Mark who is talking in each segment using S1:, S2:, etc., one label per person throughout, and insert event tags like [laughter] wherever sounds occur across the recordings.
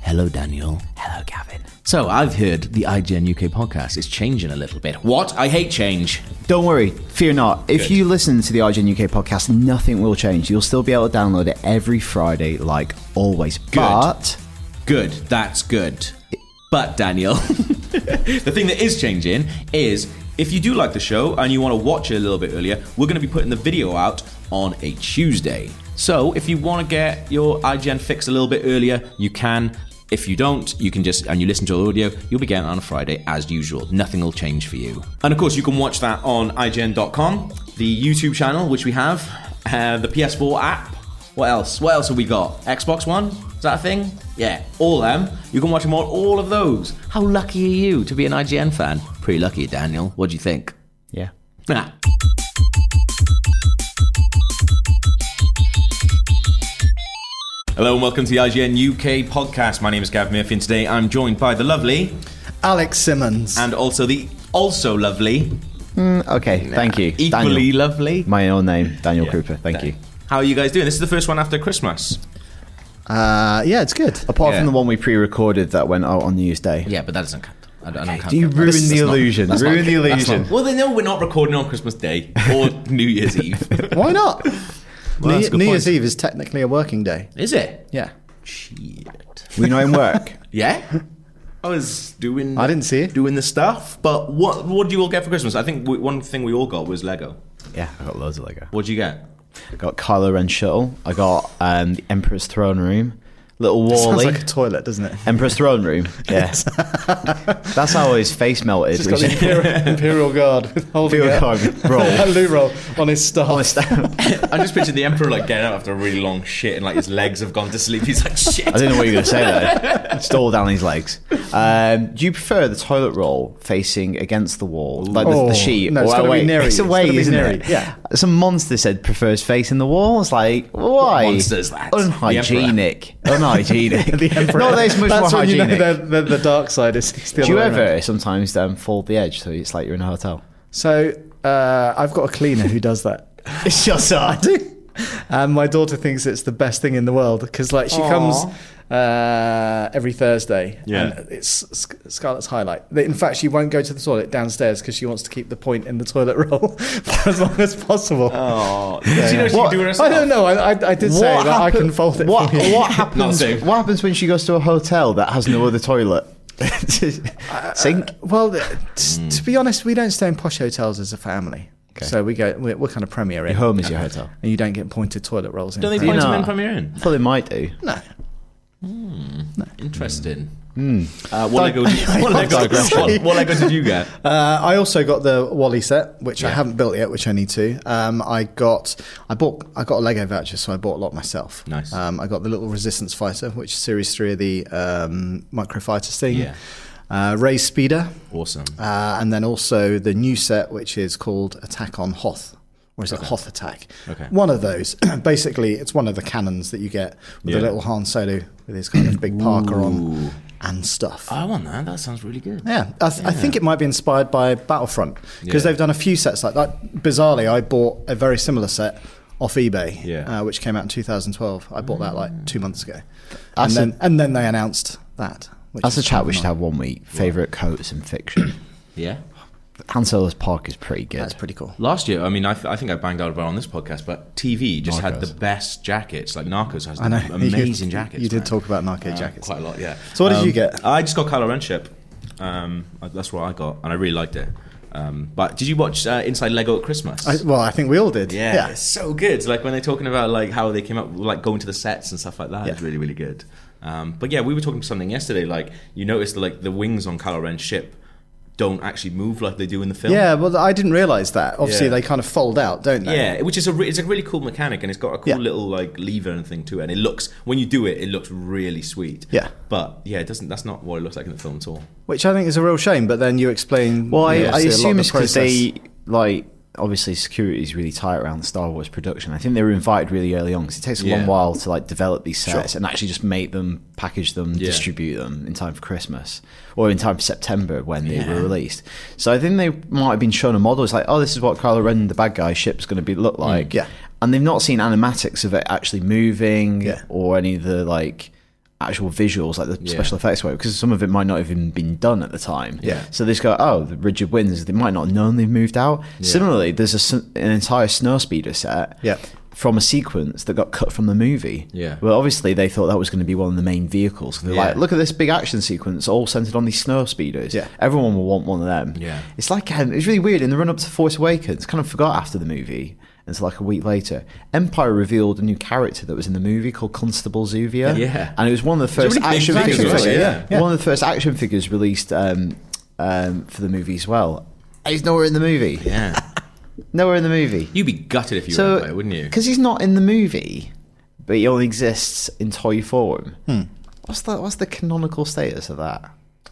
S1: Hello, Daniel.
S2: Hello, Gavin.
S1: So, I've heard the IGN UK podcast is changing a little bit. What? I hate change.
S2: Don't worry, fear not. If you listen to the IGN UK podcast, nothing will change. You'll still be able to download it every Friday, like always. But
S1: Good, that's good. But, Daniel, [laughs] the thing that is changing is if you do like the show and you want to watch it a little bit earlier, we're going to be putting the video out on a Tuesday. So, if you want to get your IGN fix a little bit earlier, you can. If you don't, you can just, and you listen to our audio, you'll be getting it on a Friday as usual. Nothing will change for you. And of course, you can watch that on IGN.com, the YouTube channel, which we have, uh, the PS4 app, what else? What else have we got? Xbox One? Is that a thing? Yeah, all them. You can watch them on all of those. How lucky are you to be an IGN fan? Pretty lucky, Daniel. What do you think?
S2: yeah,
S1: Nah. Hello and welcome to the IGN UK podcast. My name is Gav Murphy, and today I'm joined by the lovely
S3: Alex Simmons.
S1: and also the also lovely,
S2: okay. Thank you,
S1: equally
S2: Daniel.
S1: lovely.
S2: My own name, Daniel Cooper. Thank you.
S1: How are you guys doing? This is the first one after Christmas.
S3: uh, yeah, it's good.
S2: Apart
S1: Yeah.
S2: from the one we pre-recorded that went out on News Day.
S1: Yeah, but that doesn't count. I don't, I don't count
S2: You
S1: that.
S2: ruined
S1: That's-
S2: the
S1: that's not-
S2: illusion.
S1: that's
S2: Ruined
S1: not-
S2: the
S1: that's
S2: illusion.
S1: not- well, they know we're not recording on Christmas Day [laughs] or New Year's Eve.
S3: Why [laughs] not?
S4: Well, that's
S3: New,
S4: a good
S3: New
S4: point.
S3: Year's Eve is technically a working day.
S1: Is it?
S3: Yeah.
S1: Shit.
S2: We know
S1: [laughs]
S2: in work.
S1: Yeah. I was doing.
S3: I didn't see it.
S1: Doing the stuff, but what what do you all get for Christmas? I think we, one thing we all got was Lego.
S2: yeah, I got loads of Lego.
S1: What'd you get?
S2: I got Kylo Ren shuttle. I got um, the Emperor's throne room. Little
S3: Sounds
S2: Wally.
S3: like a toilet, doesn't [laughs] it?
S2: Emperor's throne room.
S3: [laughs]
S2: Yeah, that's how his face melted.
S3: He's got the Imperial, Imperial Guard [laughs] with holding
S2: Imperial
S3: a- [laughs]
S2: Guard roll.
S3: a loo roll on his staff. [laughs]
S1: I just pictured the emperor like getting out after a really long shit and like his legs have gone to sleep. He's like shit.
S2: I didn't know what you were going to say there. Stole down his legs. Um, do you prefer the toilet roll facing against the wall, like the,
S3: Oh,
S2: the sheet?
S3: no, it's
S2: Well,
S3: gotta be
S2: wait,
S3: near
S2: It's
S3: you.
S2: a
S3: It's
S2: way,
S3: gotta be
S2: isn't
S3: near
S2: it?
S3: you, yeah.
S2: Some monster said prefers facing the wall. It's like why?
S1: monster's that?
S3: [laughs]
S2: Unhygienic. Unhygienic.
S3: The Emperor.
S2: No, there's much
S3: That's
S2: more
S3: when
S2: hygienic.
S3: you know the, the, the dark side is is
S2: do
S3: the other
S2: you
S3: way
S2: ever
S3: around.
S2: sometimes um, fold the edge so it's like you're in a hotel?
S3: So uh, I've got a cleaner who does that.
S2: It's just
S3: [laughs]
S2: hard.
S3: And my daughter thinks it's the best thing in the world because, like, she comes uh, every Thursday.
S1: Yeah.
S3: And it's Sc- Scarlett's highlight. In fact, she won't go to the toilet downstairs because she wants to keep the point in the toilet [laughs] roll for as long as possible.
S1: Oh, did you know she
S2: What?
S1: could [laughs] do it
S3: I
S1: herself?
S3: don't know. I, I, I did say that I
S2: happen-
S3: can fold it.
S2: What,
S1: [laughs]
S3: for you.
S2: what happens?
S1: safe.
S2: what happens when she goes to a hotel that has no other toilet? [laughs] Sink.
S3: Well, th-
S2: Hmm.
S3: t- to be honest, we don't stay in posh hotels as a family. So we go. We're, we're kind of premier in,
S2: Your home is your hotel.
S3: and you don't get pointed toilet rolls. In.
S1: Don't they
S2: you
S1: point him
S2: know?
S1: in from your in?
S2: I thought they might do.
S3: no.
S1: Interesting. Uh, what, Lego, [laughs] what, Lego,
S2: digression.
S1: what, what Lego did you
S3: [laughs]
S1: get?
S3: Uh, I also got the Wally set, which I haven't built yet, which I need to. Um, I got, I bought, I got a Lego voucher, so I bought a lot myself.
S1: Nice.
S3: Um, I got the little Resistance Fighter, which is Series Three of the um, Microfighters thing.
S1: Yeah.
S3: Uh, Ray Speeder,
S1: Awesome.
S3: uh, and then also the new set, which is called Attack on Hoth. Or is it Hoth Attack?
S1: Okay.
S3: One of those. [clears throat] Basically, it's one of the cannons that you get with
S1: Yeah.
S3: a little Han Solo with his kind of big Parker on and stuff.
S1: I want that. That sounds really good.
S3: Yeah, I, th- I think it might be inspired by Battlefront because
S1: Yeah.
S3: they've done a few sets like that. Bizarrely, I bought a very similar set off eBay,
S1: Yeah.
S3: uh, which came out in 2012. I bought that like two months ago, and
S2: That's a-
S3: then and then they announced that. Which
S2: That's a
S3: is
S2: chat
S3: kind
S2: we
S3: of
S2: should have one week. Favorite coats and fiction. [clears throat]
S1: Yeah.
S2: Han Solo's Park is pretty good.
S3: nice. That's pretty cool.
S1: Last year, I mean, I, th- I think I banged out about it on this podcast, but TV just had
S2: Narcos.
S1: the best jackets. Like Narcos has
S3: I know, [laughs]
S1: the amazing
S3: you,
S1: jackets.
S3: You did
S1: man. Uh,
S3: talk about
S2: Uh,
S3: Narco jackets.
S1: quite a lot, yeah. Um,
S3: So what did you get?
S1: I just got Kylo Ren ship. Um, I- that's what I got, and I really liked it. Um, but did you watch uh, Inside Lego at Christmas?
S3: I, well, I think we all did.
S1: yeah, it's so good. Like when they're talking about like how they came up, like going to the sets and stuff like that. It's
S3: Yeah.
S1: really, really good. Um, but yeah, we were talking to something yesterday. Like you noticed, like the wings on Kylo Ren's ship don't actually move like they do in the film.
S3: Yeah, well, I didn't realize that. Obviously,
S1: Yeah.
S3: they kind of fold out, don't they?
S1: Yeah, which is a re- it's a really cool mechanic, and it's got a cool
S3: Yeah.
S1: little like lever and thing to it, and it looks when you do it, it looks really sweet.
S3: Yeah.
S1: but yeah, it doesn't. That's not what it looks like in the film at all.
S3: Which I think is a real shame. But then you explain.
S2: Well, I,
S3: you know,
S2: I
S3: obviously a lot
S2: assume
S3: of
S2: it's
S3: the
S2: because
S3: process.
S2: they like obviously security is really tight around the Star Wars production. I think they were invited really early on because it takes a
S1: Yeah.
S2: long while to like develop these sets and actually just make them, package them, distribute them in time for Christmas or in time for September when they were released. So I think they might have been shown a model. It's like, oh, this is what Kylo Ren, the bad guy ship's going to be look like.
S3: Yeah.
S2: and they've not seen animatics of it actually moving
S3: Yeah.
S2: or any of the like actual visuals like the special effects work because some of it might not have even been done at the time
S3: Yeah.
S2: so they just go oh the rigid winds they might not have known they've moved out similarly there's a s an entire snow speeder set
S3: Yeah.
S2: from a sequence that got cut from the movie
S1: Yeah.
S2: well obviously they thought that was going to be one of the main vehicles they're
S1: Yeah.
S2: like look at this big action sequence all centered on these snow speeders
S3: Yeah.
S2: everyone will want one of them
S1: Yeah.
S2: it's like um, it's really weird in the run up to Force Awakens. Kind of forgot after the movie. It's like a week later. Empire revealed a new character that was in the movie called Constable Zuvia.
S1: Yeah.
S2: and it was one of the
S1: a
S2: first
S1: really big
S2: action
S1: thing as
S2: figures.
S1: well, yeah.
S3: Yeah.
S2: One of the first action figures released um, um, for the movie as well. He's nowhere in the movie.
S1: Yeah, [laughs]
S2: Nowhere in the movie.
S1: you'd be gutted if you were Empire, wouldn't you?
S2: Because he's not in the movie, but he only exists in toy form.
S3: Hmm.
S2: What's the what's the canonical status of that?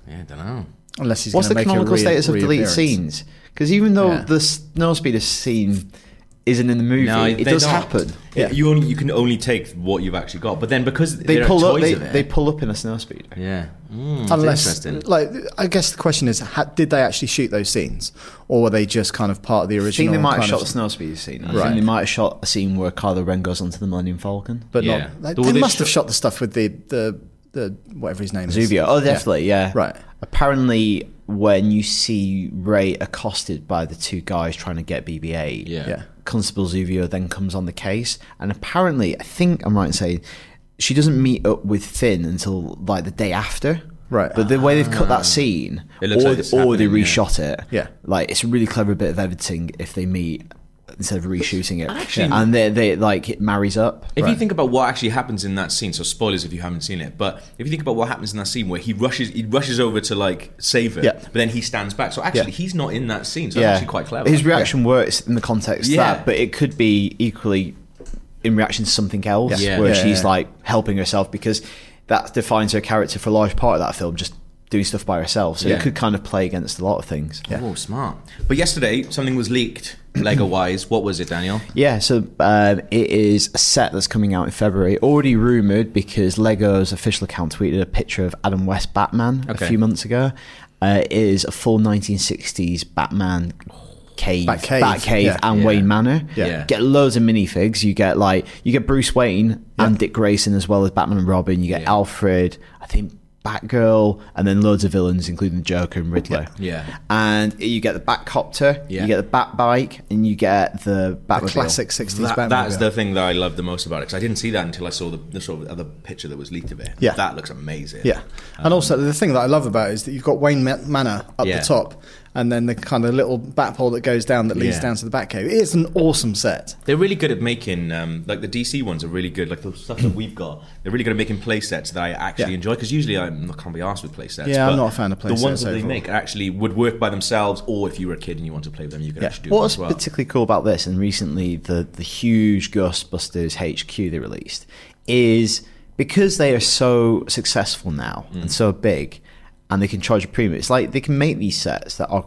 S1: Yeah, I don't know.
S3: Unless he's
S2: What's the
S3: gonna make a
S2: canonical
S3: re-
S2: status of deleted
S3: reappearance.
S2: scenes? Because even though
S3: Yeah.
S2: the snow speeder scene isn't in the movie, it does happen.
S1: Yeah. You only you can only take what you've actually got, but then because
S2: They
S1: there are
S2: pull up.
S1: toys
S2: They,
S1: of it-
S2: they pull up in a snow speeder.
S1: yeah, Mm, it's
S3: Unless,
S1: interesting.
S3: like, I guess the question is, ha- did they actually shoot those scenes, or were they just kind of part of the
S2: I think
S3: original?
S2: they might have
S3: kind
S2: shot the
S3: of-
S2: snow speeder scene. I
S3: Right.
S2: think they might have shot a scene where Kylo Ren goes onto the Millennium Falcon.
S3: but
S1: Yeah.
S3: not. They,
S1: Well,
S3: they
S1: they
S3: must have
S1: shot-
S3: shot the stuff with the the, the whatever his name is.
S2: Zuvia. Oh, definitely. Yeah.
S3: Right.
S2: Apparently, when you see Ray accosted by the two guys trying to get BB-8,
S1: Yeah.
S3: Yeah.
S2: Constable Zuvio then comes on the case, and apparently, I think I'm right in saying she doesn't meet up with Finn until like the day after.
S3: Right.
S2: But the way they've cut that scene,
S1: Ah. It looks
S2: or,
S1: like it's
S2: or they
S1: happening, yeah.
S2: reshot it.
S3: Yeah.
S2: Like it's a really clever bit of editing if they meet instead of reshooting it. and they they like it marries up.
S1: If you think about what actually happens in that scene, so spoilers if you haven't seen it, but if you think about what happens in that scene where he rushes, he rushes over to like save her,
S3: Yeah.
S1: but then he stands back. So actually,
S3: Yeah.
S1: he's not in that scene. So that's actually quite clever.
S2: His reaction works in the context of
S1: Yeah.
S2: that, but it could be equally in reaction to something else
S1: Yeah.
S2: where
S3: Yeah,
S2: she's
S3: yeah.
S2: like helping herself because that defines her character for a large part of that film, just doing stuff by herself. So
S1: Yeah.
S2: it could kind of play against a lot of things. Yeah.
S1: Oh, smart! But yesterday something was leaked, [clears throat] Lego wise. What was it, Daniel?
S2: so um, it is a set that's coming out in February. Already rumored because Lego's official account tweeted a picture of Adam West Batman
S1: Okay.
S2: a few months ago. Uh, it is a full 1960s Batman cave,
S3: Batcave,
S2: Batcave
S3: yeah.
S2: and
S1: Yeah.
S2: Wayne Manor.
S1: Yeah.
S2: Get loads of minifigs. You get like you get Bruce Wayne and Dick Grayson as well as Batman and Robin. You get
S1: Yeah.
S2: Alfred, I think Batgirl, and then loads of villains, including the Joker and Riddler.
S1: Yeah.
S2: And you get the Batcopter,
S1: Yeah.
S2: you get the Bat Bike, and you get the Batmobile.
S3: The classic '60s
S1: That,
S3: Batman.
S1: that is the thing that I love the most about it because I didn't see that until I saw the, the sort of other picture that was leaked of it.
S3: Yeah.
S1: that looks amazing.
S3: Yeah, and also the thing that I love about it is that you've got Wayne Ma- Manor up
S1: Yeah.
S3: the top, and then the kind of little bat pole that goes down that leads
S1: Yeah.
S3: down to the back cave. It's an awesome set.
S1: They're really good at making um, like the DC ones are really good. Like the stuff that we've got, they're really good at making play sets that I actually
S3: Yeah.
S1: enjoy because usually I'm, I can't be asked with play sets.
S3: Yeah, I'm
S1: but
S3: not a fan of play
S1: the
S3: sets
S1: The ones that they
S3: overall.
S1: make actually would work by themselves, or if you were a kid and you want to play them, you can actually do them
S2: What's
S1: as well.
S2: particularly cool about this, and recently the the huge Ghostbusters HQ they released, is because they are so successful now and so big, and they can charge a premium. It's like they can make these sets that are,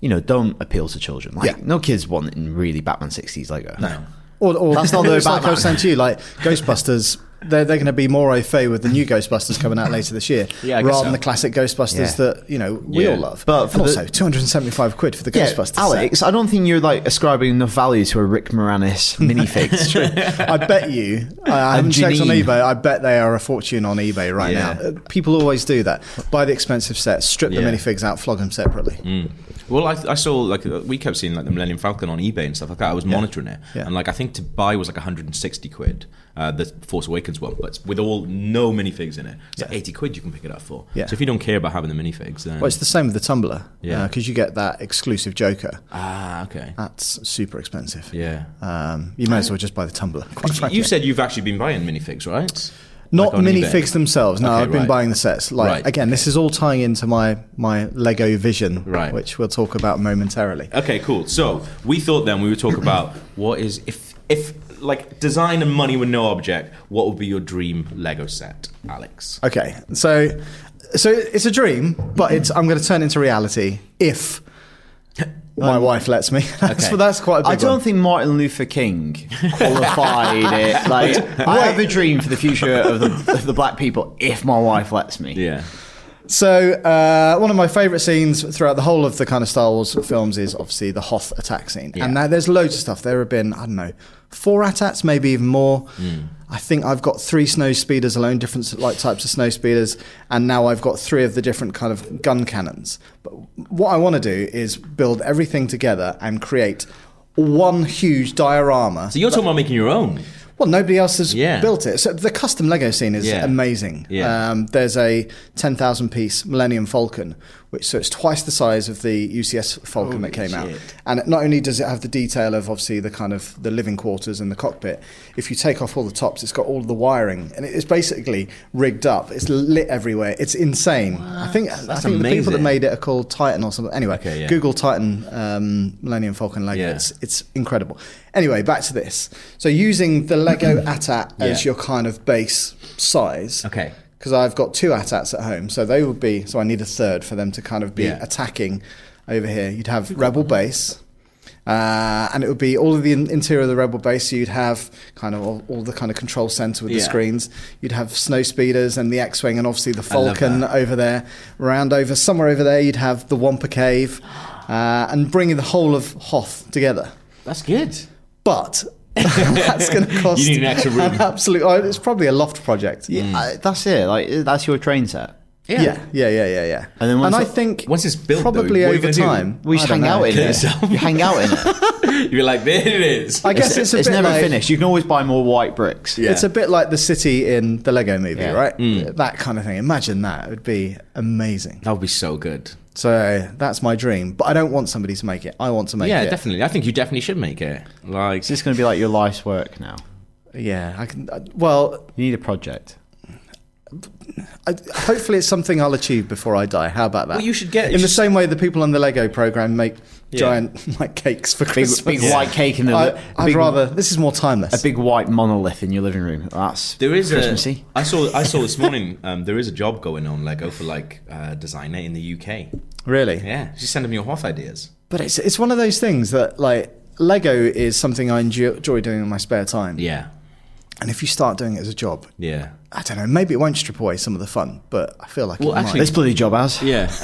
S2: you know, don't appeal to children. Like
S3: Yeah.
S2: no kids want in really Batman sixties Lego.
S1: no.
S3: Or, or
S2: That's
S3: [laughs]
S2: not the
S3: it's like I was
S2: Batman.
S3: saying to you, like Ghostbusters. They're, they're going to be more au fait with the new Ghostbusters coming out later this year,
S1: Yeah, I guess
S3: rather
S1: so.
S3: than the classic Ghostbusters
S2: Yeah.
S3: that you know we
S1: Yeah.
S3: all love.
S2: But for
S3: and
S2: the-
S3: also 275 quid for the
S2: Yeah,
S3: Ghostbusters. set.
S2: Alex, I don't think you're like ascribing enough value to a Rick Moranis minifig.
S3: I bet you. I haven't checked on
S2: Janine.
S3: eBay. I bet they are a fortune on eBay right
S1: Yeah.
S3: now. Uh, People always do that. Buy the expensive sets, strip
S1: Yeah. Mm.
S3: the minifigs out, flog them separately.
S1: Well, I, I saw like uh, we kept seeing like the Millennium Falcon on eBay and stuff like that. I was monitoring it,
S3: Yeah.
S1: and like I think to buy was like 160 quid, uh, the Force Awakens one, but with all no minifigs in it, it's like 80 quid you can pick it up for.
S3: Yeah.
S1: So if you don't care about having the minifigs, then
S3: Well, it's the same with the tumbler.
S1: Yeah.
S3: Because you get that exclusive Joker.
S1: ah okay,
S3: That's super expensive.
S1: yeah.
S3: Um, you may as well just buy the tumbler. Quite
S1: You
S3: frankly.
S1: said you've actually been buying minifigs, right?
S3: Not
S1: on eBay?
S3: minifigs themselves. No,
S1: Okay,
S3: I've been
S1: right.
S3: buying the sets. Like
S1: Right.
S3: again, this is all tying into my my Lego vision,
S1: Right.
S3: which we'll talk about momentarily.
S1: Okay, cool. So we thought then we would talk about what is if if like design and money were no object, what would be your dream Lego set, Alex?
S3: Okay, so so it's a dream, but it's I'm going to turn into reality if my wife lets me. [laughs] That's,
S1: Um, okay.
S3: that's quite a big
S2: I don't
S3: one.
S2: think Martin Luther King
S3: [laughs]
S2: qualified it. Like, I have a dream for the future of the, of the black people if my wife lets me.
S1: Yeah.
S3: So, uh, one of my favourite scenes throughout the whole of the kind of Star Wars films is obviously the Hoth attack scene. And now there's loads of stuff. There have been, I don't know, four attacks, maybe even more. I think I've got three snow speeders alone, different like types of snow speeders, and now I've got three of the different kind of gun cannons. But what I want to do is build everything together and create one huge diorama.
S1: So you're talking about making your own.
S3: Well, nobody else has
S1: Yeah.
S3: built it. So the custom Lego scene is
S1: Yeah.
S3: amazing.
S1: Yeah.
S3: Um, there's a 10,000 piece Millennium Falcon, which so it's twice the size of the UCS Falcon that came out.
S1: shit.
S3: And not only does it have the detail of obviously the kind of the living quarters and the cockpit, if you take off all the tops, it's got all the wiring and it's basically rigged up. It's lit everywhere. It's insane. I think I think the people that
S1: amazing.
S3: made it are called Titan or something. Anyway,
S1: Okay, yeah.
S3: Google Titan um, Millennium Falcon Lego.
S1: Yeah.
S3: It's it's incredible. Anyway, back to this. So using
S1: [coughs]
S3: the Lego ATAT as
S1: Yeah.
S3: your kind of base size.
S1: Okay.
S3: Because I've got two ATATs at home, so they would be. So I need a third for them to kind of be
S1: Yeah.
S3: attacking over here. You'd have Rebel base. Uh, and it would be all of the in- interior of the rebel base. So you'd have kind of all, all the kind of control center with the
S1: Yeah.
S3: screens. You'd have snow speeders and the X-wing, and obviously the
S1: love
S3: Falcon
S1: that.
S3: over there. Round over somewhere over there, you'd have the Wampa Cave, uh, and bringing the whole of Hoth together
S1: That's good.
S3: but [laughs] that's
S1: [laughs]
S3: going to cost
S1: You need an extra room.
S3: absolute. oh, It's probably a loft project.
S1: Mm.
S3: Yeah,
S2: I- that's it. Like, that's your train set.
S3: yeah, yeah, yeah, yeah. yeah,
S2: And then once
S3: I
S2: it-
S3: think
S1: once it's built, though,
S3: probably
S1: what are you gonna
S3: over
S1: do?
S3: time,
S2: We just
S3: I don't
S2: hang out in
S3: know.
S2: it. You hang out in
S1: [laughs]
S2: it.
S1: You're like, there it is.
S3: [laughs] I guess it's, a bit
S2: never
S3: like,
S2: finished. You can always buy more white bricks.
S1: Yeah. Mm.
S3: It's a bit like the city in the Lego movie,
S2: Yeah.
S3: right? That kind of thing. Imagine that. It would be amazing.
S1: That would be so good.
S3: So that's my dream. But I don't want somebody to make it. I want to make
S1: yeah,
S3: it.
S1: definitely. I think you definitely should make it. Like,
S2: It's just going to be like your life's work now.
S3: Yeah. I can, I- well,
S2: You need a project.
S3: I, hopefully it's something I'll achieve before I die. How about that?
S1: Well, you should get-
S3: in
S1: you
S3: the
S1: should-
S3: same way the people on the Lego program make
S1: Yeah.
S3: giant [laughs] like cakes for
S2: Big,
S3: Christmas.
S2: big white cake in the.
S3: I,
S2: a
S3: I'd
S2: big-
S3: rather this is more timeless.
S2: a big white monolith in your living room. That's
S1: There is
S2: Christmassy.
S1: a. I saw. I saw this morning. [laughs] Um, there is a job going on Lego for like uh, designer in the UK.
S3: really,
S1: Yeah, just send them your Hoth ideas.
S3: but it's it's one of those things that like Lego is something I enjoy enjoy doing in my spare time.
S1: Yeah,
S3: And if you start doing it as a job,
S1: yeah,
S3: I don't know, maybe it won't strip away some of the fun, but I feel like
S1: Well,
S3: it
S1: actually-
S3: might.
S2: this bloody job has.
S1: yeah. [laughs]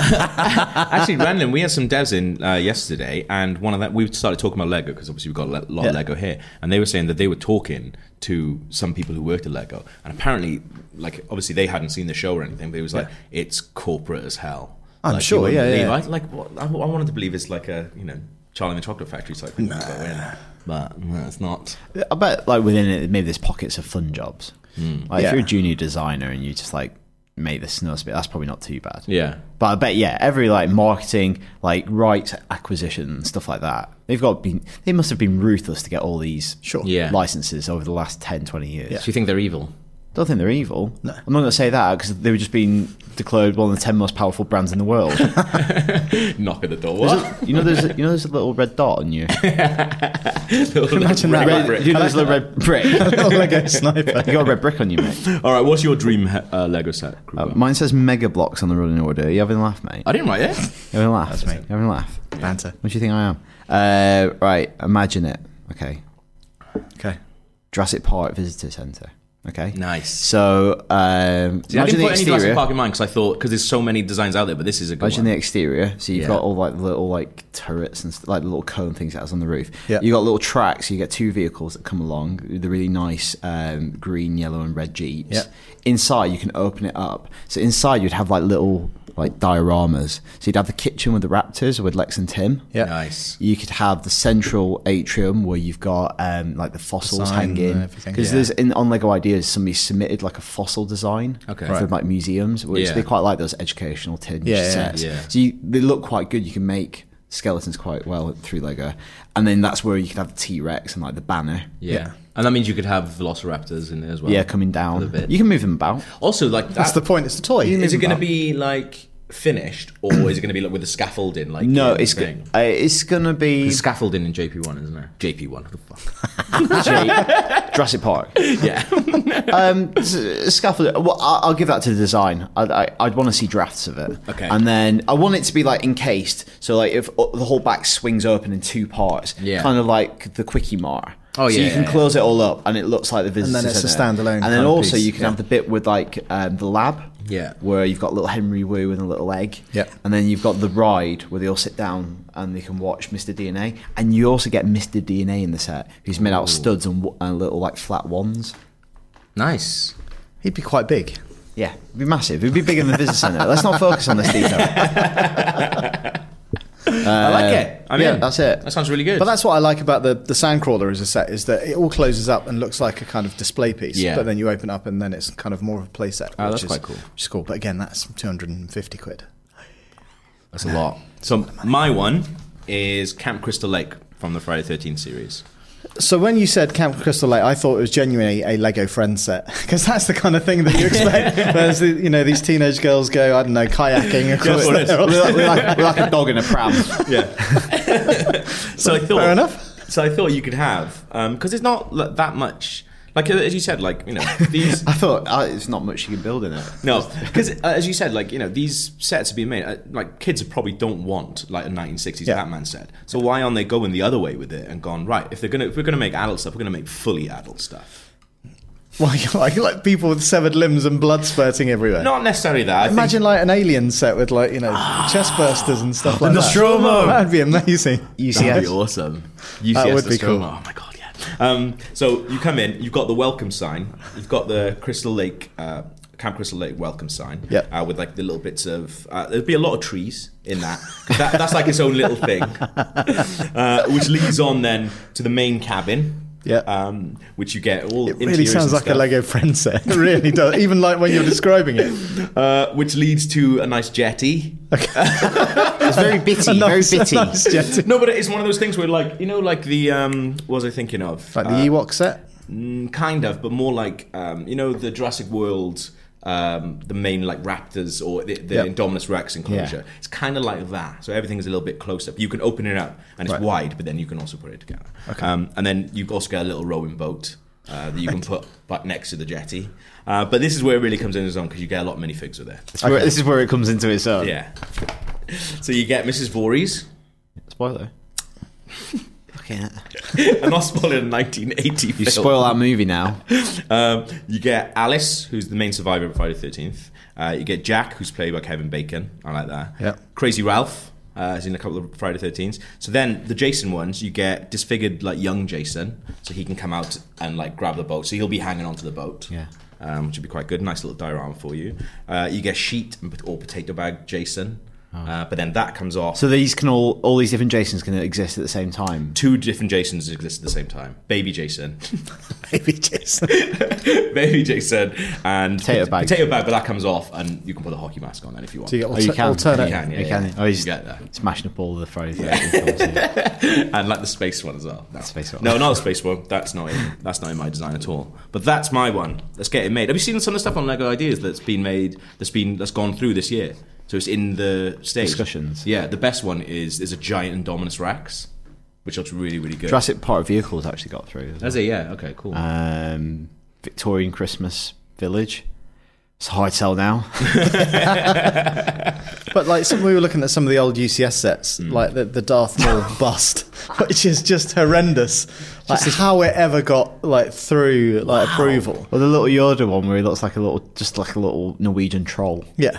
S1: Actually, randomly, we had some devs in uh, yesterday, and one of that we started talking about Lego because obviously we've got a le- lot of
S3: Yeah.
S1: Lego here, and they were saying that they were talking to some people who worked at Lego, and apparently, like obviously they hadn't seen the show or anything, but it was like it's corporate as hell.
S3: I'm
S1: Like, you
S3: sure,
S1: wouldn't
S3: yeah, yeah,
S1: believe-
S3: yeah.
S1: I, like what I, I wanted to believe it's like a you know Charlie and the Chocolate Factory type thing, but when- but no, it's not.
S2: I bet like within it, maybe there's pockets of fun jobs.
S1: Hmm.
S2: Like
S3: Yeah.
S2: if you're a junior designer and you just like make the snow speed, that's probably not too bad.
S1: Yeah.
S2: But I bet yeah, every like marketing, like rights acquisition and stuff like that, they've got been they must have been ruthless to get all these
S3: Sure.
S1: Yeah.
S2: licenses over the last 10, 20 years.
S1: Do you think they're evil?
S2: Don't think they're evil. No. I'm not going to say that because they were just being declared one of the ten most powerful brands in the [laughs] world.
S1: [laughs] Knock at the door.
S2: you know, there's a, you know, there's a little red dot on you.
S1: [laughs]
S3: Imagine that.
S2: [laughs] Red- you know, there's a little red [laughs] brick. you
S3: Little Lego [laughs] sniper.
S2: got a red brick on you, mate.
S1: All right, what's your dream he- uh, Lego set?
S2: Uh,
S1: Krupa?
S2: mine says mega blocks on the running order. Are you having a laugh, mate?
S1: I didn't write it.
S2: You having a laugh? You having a laugh?
S3: Banter.
S2: What do you think I am? Uh, right, imagine it. Okay.
S3: Okay.
S2: Jurassic Park Visitor Centre. Okay.
S1: Nice.
S2: So, um,
S1: See, I didn't
S2: imagine the
S1: put any Jurassic
S2: exterior.
S1: Park in mind because I thought because there's so many designs out there, but this is a good one.
S2: Imagine the exterior. So you've
S1: Yeah.
S2: got all like the little like turrets and st- like the little cone things that has on the roof.
S3: Yeah.
S2: You got little tracks. So you get two vehicles that come along. The really nice um, green, yellow, and red jeeps.
S3: Yeah.
S2: Inside you can open it up. So inside you'd have like little like dioramas. So you'd have the kitchen with the Raptors with Lex and Tim.
S3: Yeah.
S1: Nice.
S2: You could have the central atrium where you've got um, like the fossils
S3: Sign and
S2: hanging
S3: everything,
S2: because
S3: yeah.
S2: there's in on Lego Ideas somebody submitted like a fossil design
S1: Okay.
S2: for
S1: Right.
S2: like museums, which
S1: Yeah.
S2: they quite like those educational tinge
S3: Yeah, yeah,
S2: sets.
S1: yeah.
S2: So you, they look quite good. You can make skeletons quite well through Lego, and then that's where you could have the T Rex and like the banner,
S1: Yeah. And that means you could have velociraptors in there as well.
S2: yeah, coming down.
S1: bit.
S2: You can move them about.
S1: Also, like
S3: That's
S1: that-
S3: the point. It's the toy.
S1: Is it going to
S2: about?
S1: be like finished, or is it going to be like with the scaffolding? Like
S2: No,
S1: the
S2: it's go-
S1: thing?
S2: uh, it's gonna be
S1: It's scaffolding in JP one, isn't it? JP one. The fuck. [laughs]
S2: Jurassic Park.
S1: yeah.
S2: [laughs] um, s- scaffold. Well, I- I'll give that to the design. I'd, I- I'd want to see drafts of it.
S1: Okay.
S2: And then I want it to be like encased, so like if uh, the whole back swings open in two parts,
S1: Yeah.
S2: kind of like the quickie mar.
S1: Oh,
S2: So
S1: yeah,
S2: you can
S1: yeah,
S2: close it all up, and it looks like the visitor.
S3: then it's a standalone
S2: And
S3: kind
S2: then
S3: of
S2: also
S3: piece,
S2: you can have the bit with like um, the lab.
S1: Yeah.
S2: Where you've got little Henry Wu and a little egg.
S3: Yep.
S2: And then you've got the ride where they all sit down and they can watch Mr. DNA. And you also get Mr. DNA in the set, who's made out of studs and, w- and little like flat wands.
S1: Nice.
S3: He'd be quite big.
S2: Yeah, it'd be massive. It'd be bigger than the visitor centre. Let's not focus on this [laughs] detail.
S1: I like it. I mean,
S2: Uh, yeah, that's it.
S1: That sounds really good.
S3: But that's what I like about the the Sandcrawler as a set is that it all closes up and looks like a kind of display piece.
S1: Yeah.
S3: But then you open up and then it's kind of more of a play set.
S1: Oh, that's
S3: is,
S1: quite cool.
S3: Which is cool. But again, that's 250 quid.
S1: That's a lot. So my one is Camp Crystal Lake from the Friday Thirteenth series.
S3: So when you said Camp Crystal Lake, I thought it was genuinely a Lego friend set [laughs] because that's the kind of thing that
S1: [laughs]
S3: you expect. Whereas the, you know these teenage girls go, I don't know, kayaking across
S1: Yes, it is.
S3: the
S2: we're, like, we're
S3: [laughs]
S2: like- we're like a dog in a
S1: [laughs]
S2: pram.
S1: So I thought.
S3: Fair enough.
S1: So I thought you could have because it's not like, that much. Like uh, as you said, like you know these.
S2: [laughs] I thought uh, it's not much you can build in it.
S1: No, because uh, as you said, like you know, these sets are being made. Uh, like kids probably don't want like a 1960s
S3: Yeah.
S1: Batman set. So why aren't they going the other way with it and gone right? If they're gonna, if we're gonna make adult stuff, we're gonna make fully adult stuff.
S3: Well, you like, like people with severed limbs and blood spurting everywhere.
S1: Not necessarily that. I think-
S3: Imagine like an alien set with like you know chest bursters and stuff like that.
S1: Nostromo!
S3: That'd be amazing.
S1: That'd be awesome. UCS
S3: That would be
S1: Nostromo.
S3: cool.
S1: Oh my god, yeah. Um, so you come in, you've got the welcome sign, you've got the Crystal Lake, uh, Camp Crystal Lake welcome sign,
S3: Yep.
S1: uh, with like the little bits of. Uh, there'd be a lot of trees in that. that that's like its own little thing,
S3: [laughs]
S1: uh, which leads on then to the main cabin.
S3: Yeah.
S1: Um, which you get all
S3: It really sounds like a Lego friend set. It [laughs] really does. Even like when you're describing [laughs] it.
S1: uh, which leads to a nice
S3: [laughs]
S1: jetty.
S2: It's very bitty, very
S3: Nice-
S2: bitty. [laughs]
S3: [laughs] nice jetty.
S1: No, but it is one of those things where, like, you know, like the um, what was I thinking of?
S3: Like the
S1: Uh,
S3: Ewok set.
S1: Mm, kind of, but more like um, you know the Jurassic World, um, the main like raptors or the, the
S3: Yep.
S1: Indominus Rex enclosure.
S2: Yeah.
S1: It's kind of like that. So everything is a little bit closer. But you can open it up and it's
S3: Right.
S1: wide, but then you can also put it together. Okay. Um, and then you've also got a little rowing boat. Uh, that you can put back next to the jetty, uh, but this is where it really comes in its own because you get a lot of minifigs with it.
S2: It's where- this is where it comes into its
S3: [laughs]
S2: own.
S1: Yeah, [laughs] so you get Mrs. Voorhees, [laughs]
S2: Spoiler. Fucking hell.
S1: and not spoiling a 1980
S2: You
S1: film.
S2: spoil that movie now.
S1: Um, you get Alice, who's the main survivor of Friday the 13th. Uh, you get Jack, who's played by Kevin Bacon. I like that.
S3: Yeah.
S1: Crazy Ralph, uh, is in a couple of Friday the 13th. So then the Jason ones, you get disfigured, like young Jason, so he can come out and like grab the boat. So he'll be hanging onto the boat.
S2: Yeah.
S1: Um, which would be quite good. Nice little diorama for you. Uh, you get sheet and pot- or potato bag Jason. Uh, but then that comes off.
S2: So these can all, all these different Jasons can exist at the same time.
S1: Two different Jasons exist at the same time. Baby Jason, [laughs]
S3: Maybe Jason.
S1: baby Jason, and
S2: Potato bag.
S1: Potato bag, but that comes off, and you can put the hockey mask on then if you want.
S3: So you get
S2: Oh, you
S3: alter-
S2: can.
S3: alternate.
S1: You can, yeah,
S2: You
S1: yeah.
S2: can- oh, he's-
S1: You get that.
S2: Smashing up all the Friday the 13th films, [laughs] yeah.
S1: and like the space one as well. No.
S2: space one.
S1: No, not the space one. That's not in, that's not in my design at all. But that's my one. Let's get it made. Have you seen some of the stuff on Lego Ideas that's been made? That's been that's gone through this year. So it's in the stage
S2: Discussions.
S1: Yeah, the best one is is a giant Indominus Rex, which looks really really good.
S2: Jurassic Park vehicles actually got through. as well.
S1: That's it. Yeah. Okay. Cool.
S2: um, Victorian Christmas village. It's hard to tell now. [laughs]
S3: But like some, we were looking at some of the old UCS sets, like the, the Darth Maul
S2: [laughs]
S3: bust, which is just horrendous. Like how it ever got like through like approval.
S2: Well, the little Yoda one where he looks like a little, just like a little Norwegian troll
S3: Yeah.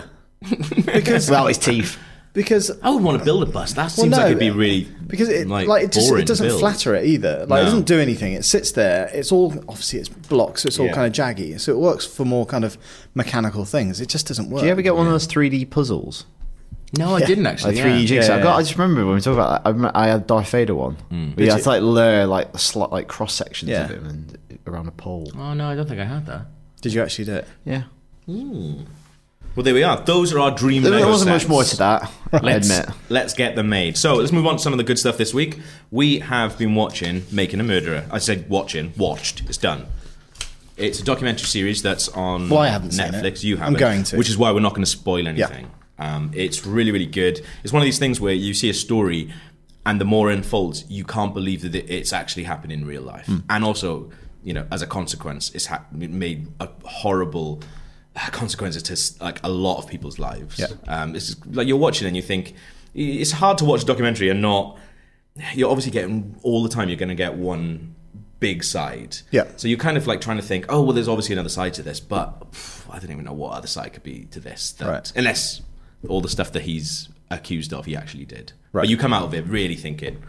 S3: because
S2: without his teeth.
S3: because
S1: I would want to build a bus. That seems like it'd be really
S3: uh, because it like, it just
S1: boring
S3: it
S1: to
S3: doesn't
S1: build.
S3: flatter it either. Like
S1: No.
S3: it doesn't do anything. It sits there. It's all obviously it's blocks. It's all
S1: Yeah.
S3: kind of jaggy. So it works for more kind of mechanical things. It just doesn't work.
S2: Do you ever get one of those 3D puzzles?
S1: No, I didn't actually.
S2: Like 3D
S1: yeah.
S2: jigsaw.
S3: Yeah,
S2: I, got,
S3: yeah.
S2: I just remember when we talked about that. I, remember I had Darth Vader one. But yeah, I had to like lure like the slot, like cross sections
S3: Yeah.
S2: of him and around a pole.
S1: Oh no, I don't think I had that.
S3: Did you actually do it?
S2: Yeah.
S1: Hmm. Well, there we are. Those are our dream.
S2: There,
S1: Lego
S2: wasn't
S1: sets.
S2: much more to that. I
S1: Let's,
S2: admit.
S1: let's get them made. So let's move on to some of the good stuff this week. We have been watching Making a Murderer. I said watching, watched. It's done. It's a documentary series that's on
S3: Well, I haven't seen
S1: Netflix.
S3: it.
S1: You
S3: I'm
S1: haven't.
S3: going to.
S1: Which is why we're not going to spoil anything. Um, it's really, really good. It's one of these things where you see a story, and the more it unfolds, you can't believe that it- it's actually happened in real life. And also, you know, as a consequence, it's ha- made a horrible uh, consequences to s- like a lot of people's lives.
S3: Yeah.
S1: Um, it's like you're watching and you think it's hard to watch a documentary and not. You're obviously getting all the time. You're going to get one big side.
S3: Yeah.
S1: So you're kind of like trying to think, oh well, there's obviously another side to this, but pff, I don't even know what other side could be to this. That,
S3: Right.
S1: Unless all the stuff that he's accused of, he actually did.
S3: Right.
S1: But you come out of it really thinking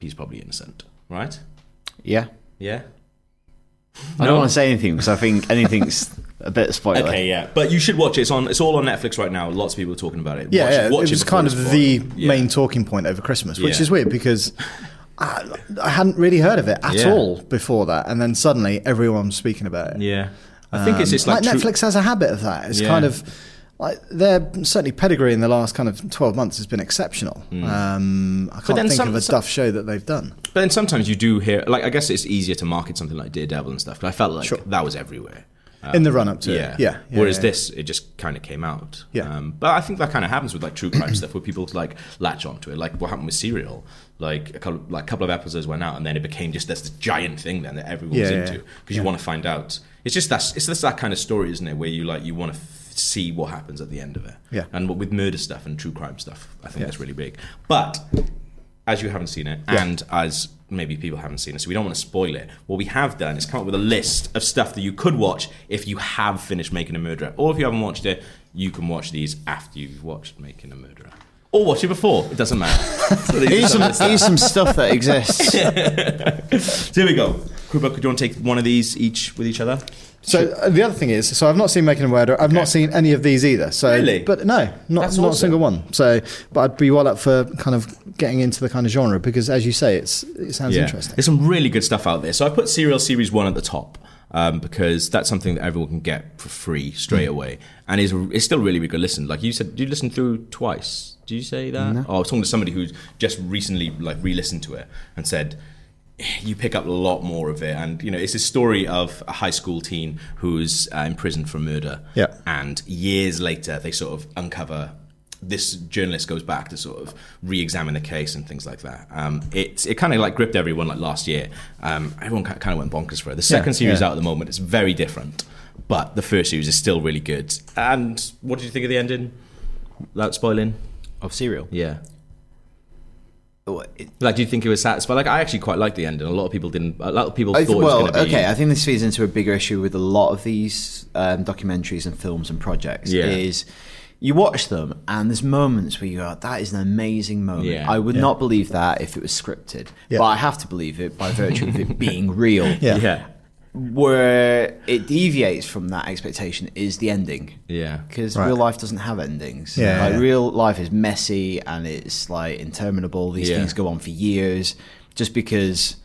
S1: he's probably innocent, right?
S2: Yeah.
S1: Yeah.
S2: I
S1: No.
S2: don't want to say anything because I think anything's a bit spoiler.
S1: Okay, yeah, but you should watch it. It's on. It's all on Netflix right now. Lots of people are talking about it.
S3: Yeah,
S1: watch,
S3: yeah.
S1: watch
S3: it was
S1: before
S3: kind
S1: it's
S3: of
S1: spoiled.
S3: the
S1: Yeah.
S3: main talking point over Christmas, which
S1: Yeah.
S3: is weird because I, I hadn't really heard of it at
S1: Yeah.
S3: all before that, and then suddenly everyone was speaking about it.
S1: Yeah, I think it's just like,
S3: um, Like,
S1: true-
S3: Netflix has a habit of that. It's
S1: Yeah.
S3: kind of like their certainly pedigree in the last kind of twelve months has been exceptional. Um, I can't
S1: Mm. then
S3: think
S1: some-
S3: of a
S1: some-
S3: duff show that they've done.
S1: But then sometimes you do hear, like, I guess it's easier to market something like Daredevil and stuff. But I felt like
S3: Sure.
S1: that was everywhere.
S3: in the run up to
S1: Oh. Yeah,
S3: it. Yeah. yeah
S1: Whereas
S3: yeah.
S1: this, it just kind of came out.
S3: Yeah.
S1: Um, but I think that kind of happens with like true crime stuff, where people like latch onto it. Like what happened with Serial. Like a couple, like couple of episodes went out, and then it became just this giant thing then that everyone was
S3: Yeah, yeah,
S1: into
S3: yeah.
S1: because you want to find out. It's just that. It's just that kind of story, isn't it? Where you like you want to. F- see what happens at the end of it
S3: Yeah.
S1: and what- with murder stuff and true crime stuff i think that's really big but as you haven't seen it, and as maybe people haven't seen it, so we don't want to spoil it. What we have done is come up with a list of stuff that you could watch if you have finished Making a Murderer, or if you haven't watched it, you can watch these after you've watched Making a Murderer, or watch it before. It doesn't matter. so, these are
S2: Here's
S1: some of
S2: some,
S1: the stuff.
S2: here's some stuff
S1: [laughs]
S2: that exists.
S1: So here we go. Krupa, could you want to take one of these each with each other?
S3: So uh, the other thing is, so I've not seen Making a Murderer. I've not seen any of these either. So,
S1: Really?
S3: but no, not
S1: That's
S3: not
S1: awesome.
S3: a single one. So, but I'd be well up for kind of getting into the kind of genre because, as you say, it's it sounds interesting.
S1: There's some really good stuff out there. So I put Serial Series 1 at the top um, because that's something that everyone can get for free straight
S3: Hmm.
S1: away. And it's, it's still really, really good listen. Like you said, you listened through twice. Did you say that? Oh, I was talking to somebody who's just recently like re-listened to it and said you pick up a lot more of it. And, you know, it's a story of a high school teen who's uh, imprisoned for murder.
S3: Yeah.
S1: And years later, they sort of uncover this journalist goes back to sort of re-examine the case and things like that. Um, it it kind of like gripped everyone like last year. Um, everyone kind of went bonkers for it. The second series
S3: yeah.
S1: out at the moment is very different, but the first series is still really good. And what did you think of the ending? Without spoiling,
S2: Of cereal.
S1: yeah.
S2: Oh,
S1: Like, do you think it was satisfying? Like, I actually quite liked the ending. A lot of people didn't. A lot of people
S2: I
S1: thought
S2: th- well,
S1: it was going to be.
S2: okay. I think this feeds into a bigger issue with a lot of these um, documentaries and films and projects.
S1: Yeah.
S2: Is you watch them and there's moments where you go, "That is an amazing moment."
S1: Yeah.
S2: I would not believe that if it was scripted,
S3: Yeah.
S2: but I have to believe it by virtue of
S1: [laughs]
S2: it being real.
S3: Yeah.
S1: yeah,
S2: Where it deviates from that expectation is the ending.
S1: yeah.
S2: Because
S3: Right.
S2: real life doesn't have endings.
S3: Yeah,
S2: like
S3: yeah.
S2: real life is messy and it's like interminable. These
S1: Yeah.
S2: things go on for years just because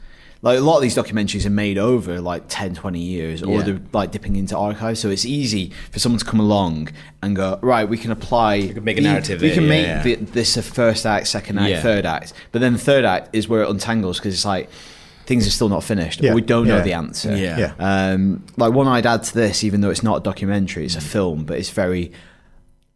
S2: like a lot of these documentaries are made over like 10, 20 years or
S1: Yeah.
S2: they're like dipping into archives. So it's easy for someone to come along and go, right, we can apply. We
S1: can make a narrative
S2: We
S1: there,
S2: can
S1: yeah,
S2: make
S1: yeah.
S2: the, this a first act, second act,
S1: Yeah.
S2: third act. But then the third act is where it untangles because it's like things are still not finished
S3: Yeah.
S2: or we don't know
S3: Yeah.
S2: the answer.
S1: Yeah. Uh,
S3: Yeah.
S2: Um, like one I'd add to this, even though it's not a documentary, it's a film, but it's very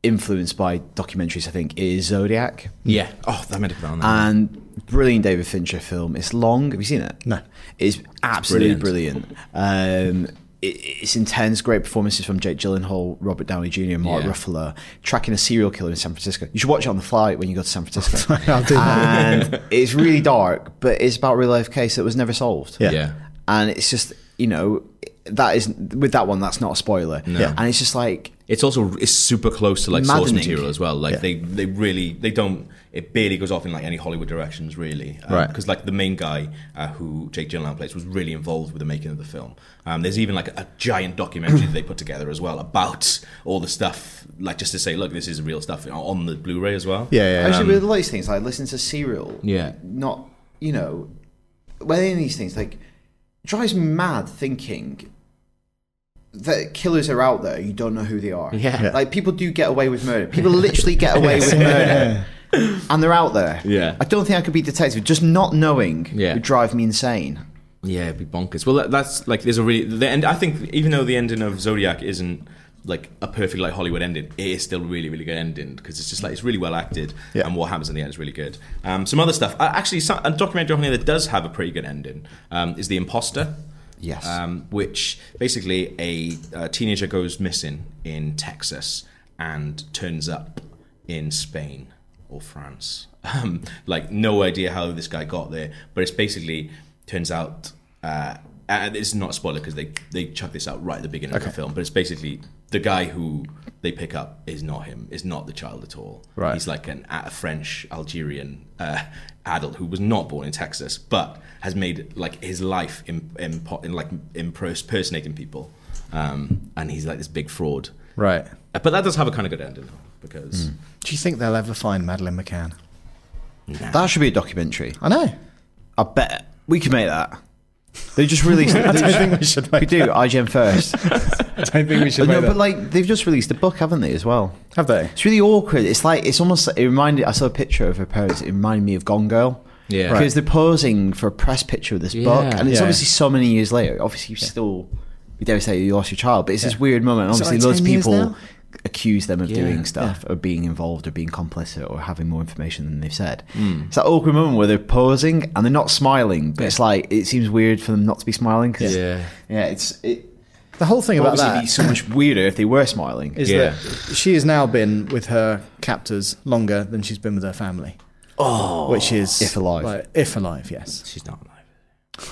S2: influenced by documentaries. I think is Zodiac
S1: Yeah. Oh, that meant to put on there.
S2: and brilliant David Fincher film. It's long. Have you seen it?
S3: No.
S2: It's absolutely
S1: brilliant.
S2: brilliant. Um, it, it's intense. Great performances from Jake Gyllenhaal, Robert Downey Jr., and Mark
S1: Yeah.
S2: Ruffalo. Tracking a serial killer in San Francisco. You should watch it on the flight when you go to San Francisco.
S3: [laughs] I'll do that.
S2: and it's really dark, but it's about a real life case that was never solved
S3: Yeah.
S1: yeah.
S2: and it's just you know that is with that one that's not a spoiler
S3: Yeah.
S2: and it's just like
S1: It's also it's super close to like source
S2: Maddening.
S1: material as well. Like
S3: Yeah.
S1: they they really they don't it barely goes off in like any Hollywood directions really. Um,
S3: Right.
S1: Because like the main guy uh, who Jake Gyllenhaal plays was really involved with the making of the film. Um, there's even like a giant documentary that they put together as well about all the stuff. Like just to say, look, this is real stuff you know, on the Blu-ray as well.
S3: Yeah, yeah, yeah.
S2: actually with all these things like listening to serial
S1: Um, Yeah.
S2: not you know with any of these things like drives me mad thinking
S5: that killers are out there. You don't know who they are.
S2: Yeah. Yeah.
S5: like people do get away with murder.
S1: [laughs]
S5: People literally get away with murder, and they're out there.
S1: Yeah.
S5: I don't think I could be detective. Just not knowing
S1: Yeah.
S5: would drive me insane.
S1: Yeah, it'd be bonkers. Well, that, that's like there's a really the end. I think even though the ending of Zodiac isn't like a perfect like Hollywood ending, it is still really really good ending because it's just like it's really well acted
S3: Yeah.
S1: and what happens in the end is really good. Um, some other stuff, uh, actually, some, a documentary on here that does have a pretty good ending um, is The Imposter.
S5: Yes.
S1: um, which basically a, a teenager goes missing in Texas and turns up in Spain or France. Um, like no idea how this guy got there, but it's basically turns out. Uh, and it's not a spoiler because they they chuck this out right at the beginning of the film, but it's basically the guy who they pick up is not him, is not the child at all.
S3: Right.
S1: he's like an a French Algerian uh, adult who was not born in Texas, but has made like his life in, in, in like impros- impersonating people, um, and he's like this big fraud.
S3: Right.
S1: Uh, But that does have a kind of good ending though, because
S3: Do you think they'll ever find Madeline McCann?
S2: That should be a documentary.
S1: [laughs]
S3: I know.
S2: I bet we could make that. They just released. They
S3: I
S2: just,
S3: think we should
S1: [laughs]
S2: we
S3: make
S2: do IGN first.
S3: I don't think we should
S2: no,
S3: make
S2: but
S3: that.
S2: like they've just released a book, haven't they? As well.
S3: Have they?
S2: It's really awkward. It's like it's almost. It reminded. I saw a picture of her parents. It reminded me of Gone Girl.
S1: Yeah.
S2: Because they're posing for a press picture of this book,
S1: Yeah.
S2: and it's
S3: Yeah.
S2: obviously so many years later. Obviously, you still, you dare say, you lost your child, but it's this weird moment.
S3: Is it
S2: Obviously,
S3: like
S2: loads of
S3: 10 years
S2: people
S3: now?
S2: accuse them of
S1: Yeah.
S2: doing stuff, or being involved, or being complicit, or having more information than they've said.
S1: Hmm.
S2: It's that awkward moment where they're posing and they're not smiling, but it's like it seems weird for them not to be smiling. 'cause-
S1: Yeah.
S2: yeah, it's it.
S3: The whole thing about
S2: Obviously, it'd
S3: that
S2: be so much weirder if they were smiling.
S3: is
S1: Yeah.
S3: that she has now been with her captors longer than she's been with her family. Oh, which is
S2: If alive.
S3: like, if alive, yes. [laughs]
S1: she's not alive.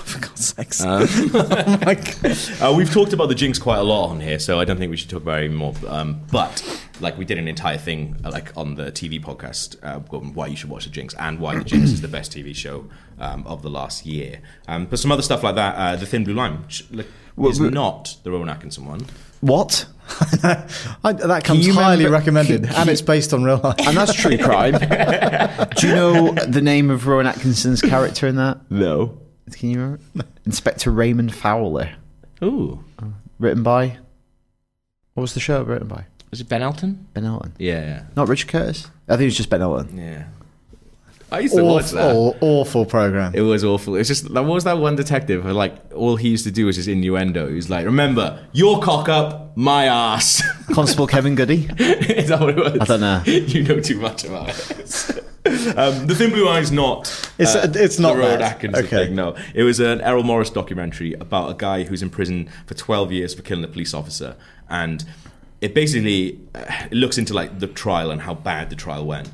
S3: For God's sakes! [laughs] oh my God.
S1: Uh, we've talked about the Jinx quite a lot on here, so I don't think we should talk about it anymore. Um, but like we did an entire thing uh, like on the TV podcast uh, on why you should watch the Jinx and why the Jinx is the best TV show um, of the last year. Um, but some other stuff like that, uh, the Thin Blue Line, which like, is not the Rowan Atkinson one.
S2: What?
S3: I, that comes
S2: you
S3: highly
S2: remember-
S3: recommended,
S2: can-
S3: and it's based on real life.
S2: And [laughs] that's true crime. Do you know the name of Rowan Atkinson's character in that?
S1: No.
S2: Can you remember? Inspector Raymond Fowler,
S1: [laughs] Ooh,
S2: written by. What was the show written by?
S1: was it Ben Elton?
S2: Ben Elton.
S1: Yeah,
S2: Not Richard Curtis. I think it was just Ben Elton.
S1: yeah. I used to watch that.
S3: [laughs] awful, awful program.
S1: It was awful. It's just that what was that one detective who like all he used to do was just innuendo. He was like, "Remember your cock up, my [laughs] ass."
S2: Constable Kevin Goody.
S1: [laughs] Is that what it was?
S2: I don't know.
S1: [laughs] you know too much about it. um, the Thin Blue Line's not.
S3: It's-
S2: uh,
S3: it's not
S1: the Rowan
S3: that.
S1: Atkinson
S3: Okay.
S1: thing. No, it was an Errol Morris documentary about a guy who's in prison for 12 years for killing a police officer, and it basically uh, it looks into like the trial and how bad the trial went.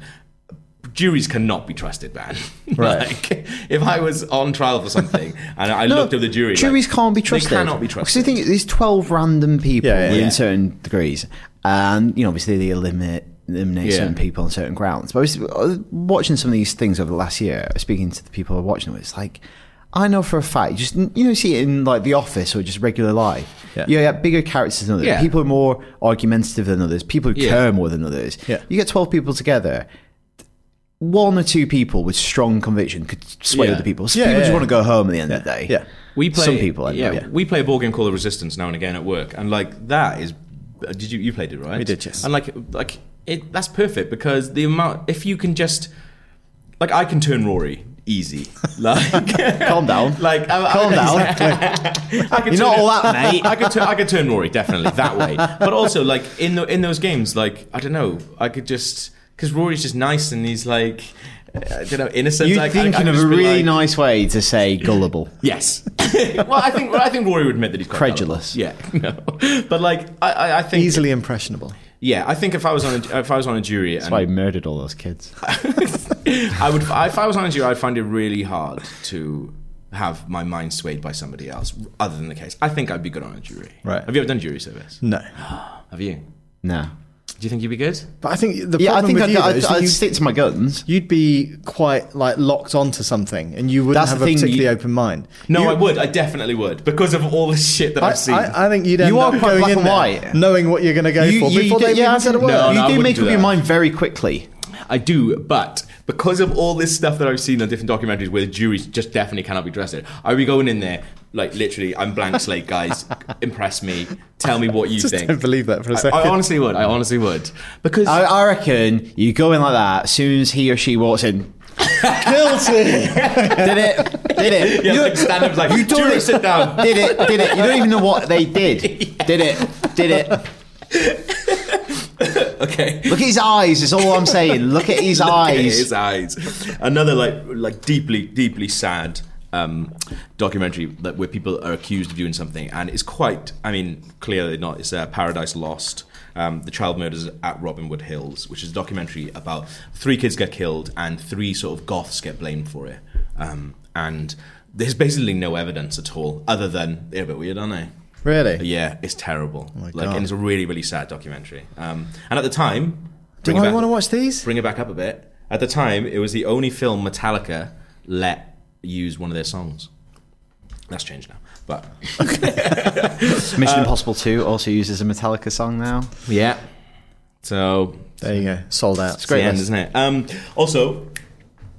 S1: Juries cannot be trusted, man. [laughs]
S3: Right.
S1: like, if I was on trial for something and I looked at the jury, like,
S2: Juries can't be trusted.
S1: They cannot be
S2: So
S1: trusted.
S2: you think these twelve random people
S3: Yeah, yeah,
S2: in
S1: yeah.
S2: certain degrees, and you know, obviously they eliminate eliminate
S1: Yeah.
S2: certain people on certain grounds. But I was uh, watching some of these things over the last year, speaking to the people who are watching it, it's like. I know for a fact, you just you know, see it in like the office or just regular life.
S3: Yeah.
S2: You have bigger characters than others.
S1: Yeah.
S2: People are more argumentative than others. People who
S1: Yeah.
S2: care more than others.
S3: Yeah.
S2: You get twelve people together. One or two people with strong conviction could sway
S1: Yeah.
S2: other people. Some
S3: Yeah,
S2: people
S3: yeah,
S2: just
S3: yeah.
S2: want to go home at the end of the day.
S3: Yeah.
S1: We play
S2: some people. I know.
S1: yeah, we play a board game called The Resistance now and again at work, and like that is. uh, Did you you played it right?
S3: We did, yes.
S1: And like like it that's perfect because the amount if you can just like I can turn Rory easy [laughs] like.
S2: [laughs] Calm down.
S1: Like, I,
S2: Calm
S1: I,
S2: down.
S1: [laughs] I could
S2: You're not
S1: turn
S2: all
S1: it- [laughs]
S2: that, mate.
S1: I could, turn, I could turn Rory definitely that way. But also, like in the, in those games, like I don't know, I could just because Rory's just nice and he's like, uh, I don't know, innocent.
S2: You're
S1: like, I- I
S2: thinking
S1: could
S2: of
S1: just
S2: a
S1: be
S2: really
S1: like-
S2: nice way to say gullible.
S1: Yes. [laughs] well, I think well, I think Rory would admit that he's quite
S2: Credulous.
S1: gullible. Yeah, [laughs] no. But like, I, I, I think
S3: Easily impressionable.
S1: yeah, I think if I was on a, if I was on a jury, and
S2: That's why he murdered all those kids.
S1: I would if I was on a jury, I'd find it really hard to have my mind swayed by somebody else other than the case. I think I'd be good on a jury.
S3: Right.
S1: Have you ever done jury service?
S3: No,
S1: Have you?
S2: No.
S1: Do you think you'd be good?
S3: but I think the problem
S2: Yeah, I think
S3: with
S2: I'd,
S3: you,
S2: go-
S3: though,
S2: I'd,
S3: is
S2: I'd
S3: you-
S2: stick to my guns.
S3: you'd be quite like locked onto something, and you wouldn't
S2: That's the
S3: have a
S2: thing,
S3: particularly
S2: you-
S3: open mind.
S1: No,
S3: You-
S1: I would. I definitely would because of all the shit that
S3: I,
S1: I've seen.
S3: I, I think you'd
S2: You
S3: end
S2: are
S3: up
S2: quite
S3: going
S2: black
S3: in
S2: and
S3: there
S2: white.
S3: knowing what you're going to go for before
S2: do-
S3: they
S2: yeah,
S3: even
S2: I
S3: said a
S2: said-
S3: word.
S1: No,
S2: you
S1: no, I
S2: do
S1: wouldn't
S2: make
S1: do
S2: up your
S1: that.
S2: mind very quickly.
S1: I do, but because of all this stuff that I've seen on different documentaries where the juries just definitely cannot be trusted, I'd be going in there Like literally, I'm blank slate, guys. [laughs] Impress me. Tell me what you
S3: Just
S1: think.
S3: don't believe that for a
S1: I-
S3: second.
S1: I, honestly would. I honestly would because
S2: I, I reckon you go in like that. As soon as he or she walks in,
S3: Guilty.
S2: did it, did it,
S1: yeah, like stand up, like you
S2: don't-
S1: sit down.
S2: did it, did it. You don't even know what they did. Did it, did it.
S1: Okay.
S2: Look at his eyes. Is all I'm saying. Look at his
S1: Look at
S2: eyes.
S1: his eyes. Another like like deeply deeply sad um, documentary that where people are accused of doing something, and it's quite. I mean, clearly not. It's uh, Paradise Lost. Um, the child murders at Robin Wood Hills, which is a documentary about three kids get killed and three sort of goths get blamed for it. Um, and there's basically no evidence at all, other than they're a bit weird, aren't they?
S3: really?
S1: Yeah, it's terrible. like,
S3: Oh God.
S1: and it's a really, really sad documentary. Um, and at the time,
S3: Do
S1: bring it
S3: I
S1: back-
S3: want to Oh, watch these?
S1: Bring it back up a bit. At the time, it was the only film Metallica let use one of their songs. That's changed now, but
S2: Mission Impossible Two also uses a Metallica song now.
S1: yeah. So
S3: There you go. Sold out. It's
S1: it's the end, isn't it? Um, also,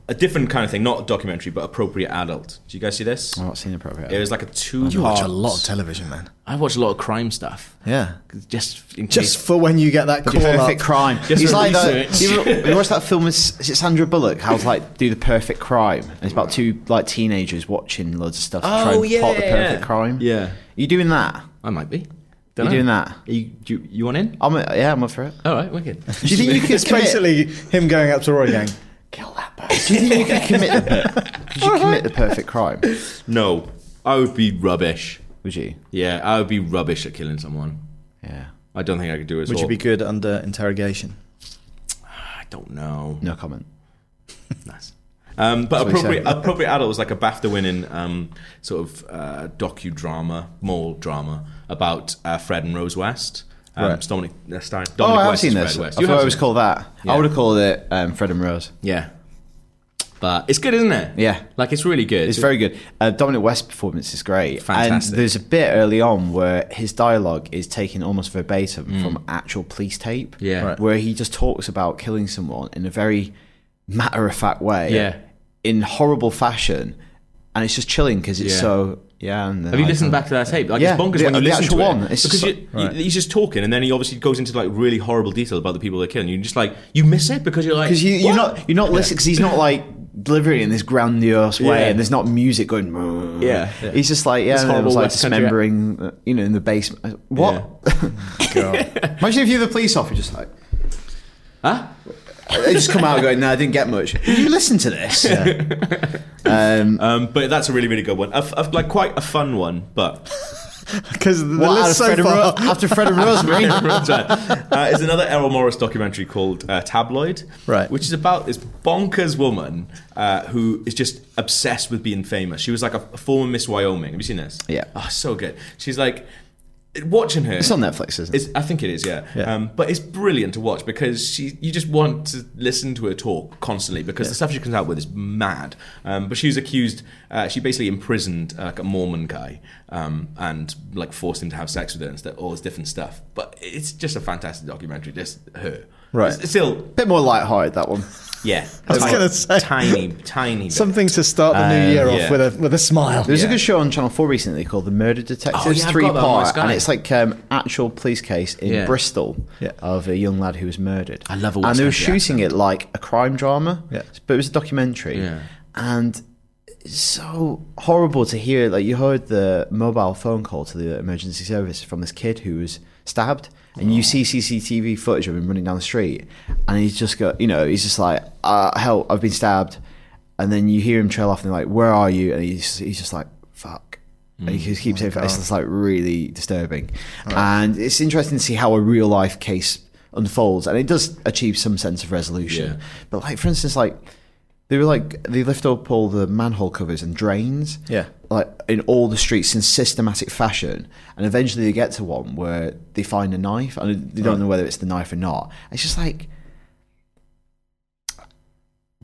S1: a different kind of thing, not a documentary, but appropriate adult. Do you guys see this?
S2: I'm not seeing appropriate.
S1: It was like a two.
S3: Oh. You watch a lot of television, man.
S1: I watch a lot of crime stuff.
S3: Yeah.
S1: Just in
S3: Just
S1: case.
S3: for when you get that call
S2: perfect
S3: up.
S2: crime.
S1: Just
S2: He's
S1: for
S2: like that.
S1: research.
S2: You, ever- you watch that film with is it Sandra Bullock? How to like do the perfect crime? And it's about two like teenagers watching loads of stuff to try
S1: Oh,
S2: and plot the
S1: yeah, yeah.
S2: perfect crime.
S1: Yeah.
S2: you doing that?
S1: I might be.
S2: You
S1: Don't
S2: doing that?
S1: You, you, you want in?
S2: I'm yeah, I'm up for it.
S1: All right,
S3: [laughs]
S1: wicked.
S2: Do you think you could
S3: It's
S2: [laughs] commit?
S3: basically him going up to Roy Gang.
S2: kill that person. [laughs] Do you think you could commit the? Could you commit the perfect crime?
S1: No, I would be rubbish.
S2: Would you?
S1: Yeah, I would be rubbish at killing someone.
S2: Yeah.
S1: I don't think I could do it. at
S3: Would you
S1: all.
S3: be good under interrogation?
S1: I don't know.
S2: No comment.
S1: Nice. Um, but
S2: what he said.
S1: appropriate, appropriate adult was like a BAFTA winning um, sort of uh, docudrama, mall drama about uh, Fred and Rose West. Um,
S3: Right.
S1: Dominic, uh, starring
S2: Oh,
S1: Dominic
S2: I have
S1: West
S2: seen
S1: as
S2: this.
S1: Fred
S2: I
S1: West.
S2: thought
S1: You
S2: it
S1: have
S2: was
S1: seen
S2: called that.
S1: Yeah.
S2: I would have called it um, Fred and Rose.
S1: it? Yeah. But it's good, isn't it?
S2: Yeah.
S1: Like it's really good.
S2: It's very good. Uh, Dominic West's performance is great.
S1: Fantastic.
S2: And there's a bit early on where his dialogue is taken almost verbatim from actual police tape.
S1: Mm. Yeah. Right.
S2: Where he just talks about killing someone in a very matter of fact way.
S1: Yeah.
S2: In horrible fashion. And it's just chilling because it's
S1: Yeah.
S2: so. Yeah. And then
S1: Have you
S2: I-
S1: listened back to that tape? Like
S2: Yeah,
S1: it's bonkers
S2: the-
S1: when you
S2: the
S1: listen
S2: actual
S1: to
S2: one,
S1: it
S2: it's
S1: because
S2: so-
S1: you, you- he's just talking, and then he obviously goes into like really horrible detail about the people they're killing. You just like you miss it because you're like
S2: Because you, you're
S1: "What?"
S2: not you're not listening. Because he's not like delivering it in this grandiose way,
S1: Yeah.
S2: and there's not music going. "Mm."
S1: Yeah.
S2: he's just like yeah,
S1: This
S2: and it was
S1: horrible
S2: like
S1: West Country-
S2: dismembering, uh, you know, in the basement. What? [laughs] Imagine if you're the police officer, just like
S1: Huh?
S2: they just come out going, "No, I didn't get much." Will you listen to this? Um,
S1: Um, but that's a really really good one. A f a like quite a fun one, but [laughs]
S3: Because the
S2: what,
S3: list so
S2: Fred and
S3: far.
S2: Ro- after Fred
S1: [laughs]
S2: and Rosemary,
S1: uh, it's another Errol Morris documentary called uh, Tabloid,
S3: Right.
S1: Which is about this bonkers woman uh, who is just obsessed with being famous. She was like a, a former Miss Wyoming. Have you seen this?
S2: Yeah.
S1: Oh, so good. She's like watching her.
S2: it's on Netflix, isn't it?
S1: It's, I think it is, yeah. Um, but it's brilliant to watch because she, you just want to listen to her talk constantly because the stuff she comes out with is mad. Um, but she was accused, uh, she basically imprisoned uh, like a Mormon guy um, and like forced him to have sex with her and stuff, all this different stuff. But it's just a fantastic documentary, just her.
S3: Right.
S1: It's, it's still,
S2: bit more light-hearted that one.
S1: yeah.
S3: [laughs] I was
S1: tiny-
S3: gonna say.
S1: Tiny, tiny. bit.
S3: Something to start the
S1: Uh,
S3: new year
S1: yeah.
S3: off with a with a smile.
S2: There's
S1: Yeah.
S2: a good show on Channel Four recently called The Murder Detectives,
S1: Oh, yeah, I've
S2: three
S1: got that on my
S2: part,
S1: Sky.
S2: and it's like um, actual police case in
S1: Yeah.
S2: Bristol
S3: Yeah.
S2: of a young lad who was murdered.
S1: I love a West
S2: and they were
S1: Country
S2: shooting it like a crime drama,
S3: Yeah.
S2: but it was a documentary,
S1: Yeah.
S2: and it's so horrible to hear. Like you heard the mobile phone call to the emergency service from this kid who was stabbed. And
S1: Oh.
S2: you see CCTV footage of him running down the street, and he's just got, you know, he's just like, uh, "Help! I've been stabbed." And then you hear him trail off, and they're like, "Where are you?" And he's he's just like, "Fuck!" And
S1: Mm.
S2: he just
S1: Oh
S2: keeps saying, "It's just like really disturbing," and it's interesting to see how a real life case unfolds, and it does achieve some sense of resolution.
S1: Yeah.
S2: But like, for instance, like they were like they lift up all the manhole covers and drains,
S3: Yeah.
S2: like in all the streets in systematic fashion, and eventually they get to one where they find a knife, and they don't know whether it's the knife or not. It's just like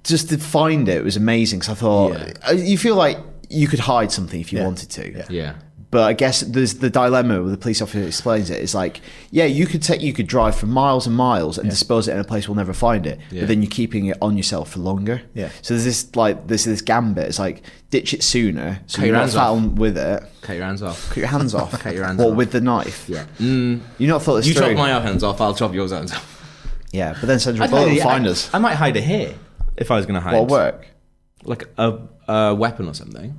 S2: just to find it was amazing because I thought
S1: Yeah.
S2: uh, you feel like you could hide something if you
S3: Yeah.
S2: wanted to,
S3: Yeah.
S1: Yeah.
S2: But I guess there's the dilemma where the police officer explains it. It's like, yeah, you could take, you could drive for miles and miles and dispose it in a place we'll never find it,
S1: Yeah.
S2: but then you're keeping it on yourself for longer.
S3: Yeah.
S2: So there's this like there's this gambit. It's like ditch it sooner, so
S1: Cut
S2: you're
S1: your
S2: not
S1: hands off.
S2: found with it.
S1: Cut your hands off.
S2: Cut your hands [laughs] off.
S1: Cut your hands
S2: Well,
S1: off.
S2: with the knife. Mm.
S1: Yeah.
S2: You not thought this
S1: You
S2: through.
S1: chop my hands off, I'll chop yours hands off.
S2: yeah, but then Central Bullet will
S1: [laughs]
S2: find us.
S1: I might hide a hair if I was going to hide.
S2: Well, work.
S1: Like a, a weapon or something.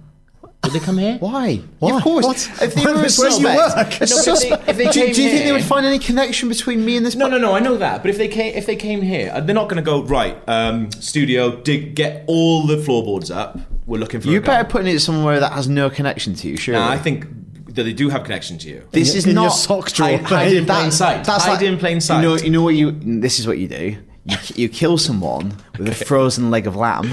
S1: Would they come
S2: [laughs]
S1: here?
S2: Why?
S3: Why?
S2: Of course.
S3: What?
S1: [laughs]
S2: If they
S3: Why
S2: were a
S3: would- where do you
S2: suspect-
S3: work?
S2: a suspect-
S1: if they
S2: do,
S1: came
S2: do you think they
S1: here-
S2: would find any connection between me and this?
S1: No,
S2: bu-
S1: no, no. I know that, but if they came, if they came here, uh, they're not going to go right. Um, studio, dig, get all the floorboards up. We're looking for.
S2: You
S1: a gun."
S2: better put it somewhere that has no connection to you. Sure.
S1: Nah, I think that they do have connection to you.
S2: this is
S3: in
S2: not
S3: your sock drawer.
S1: Hide- hide in plain sight. Hide in plain sight.
S2: You know, you know what you. This is what you do. You, [laughs] you kill someone with a frozen leg
S1: [laughs]
S2: of lamb,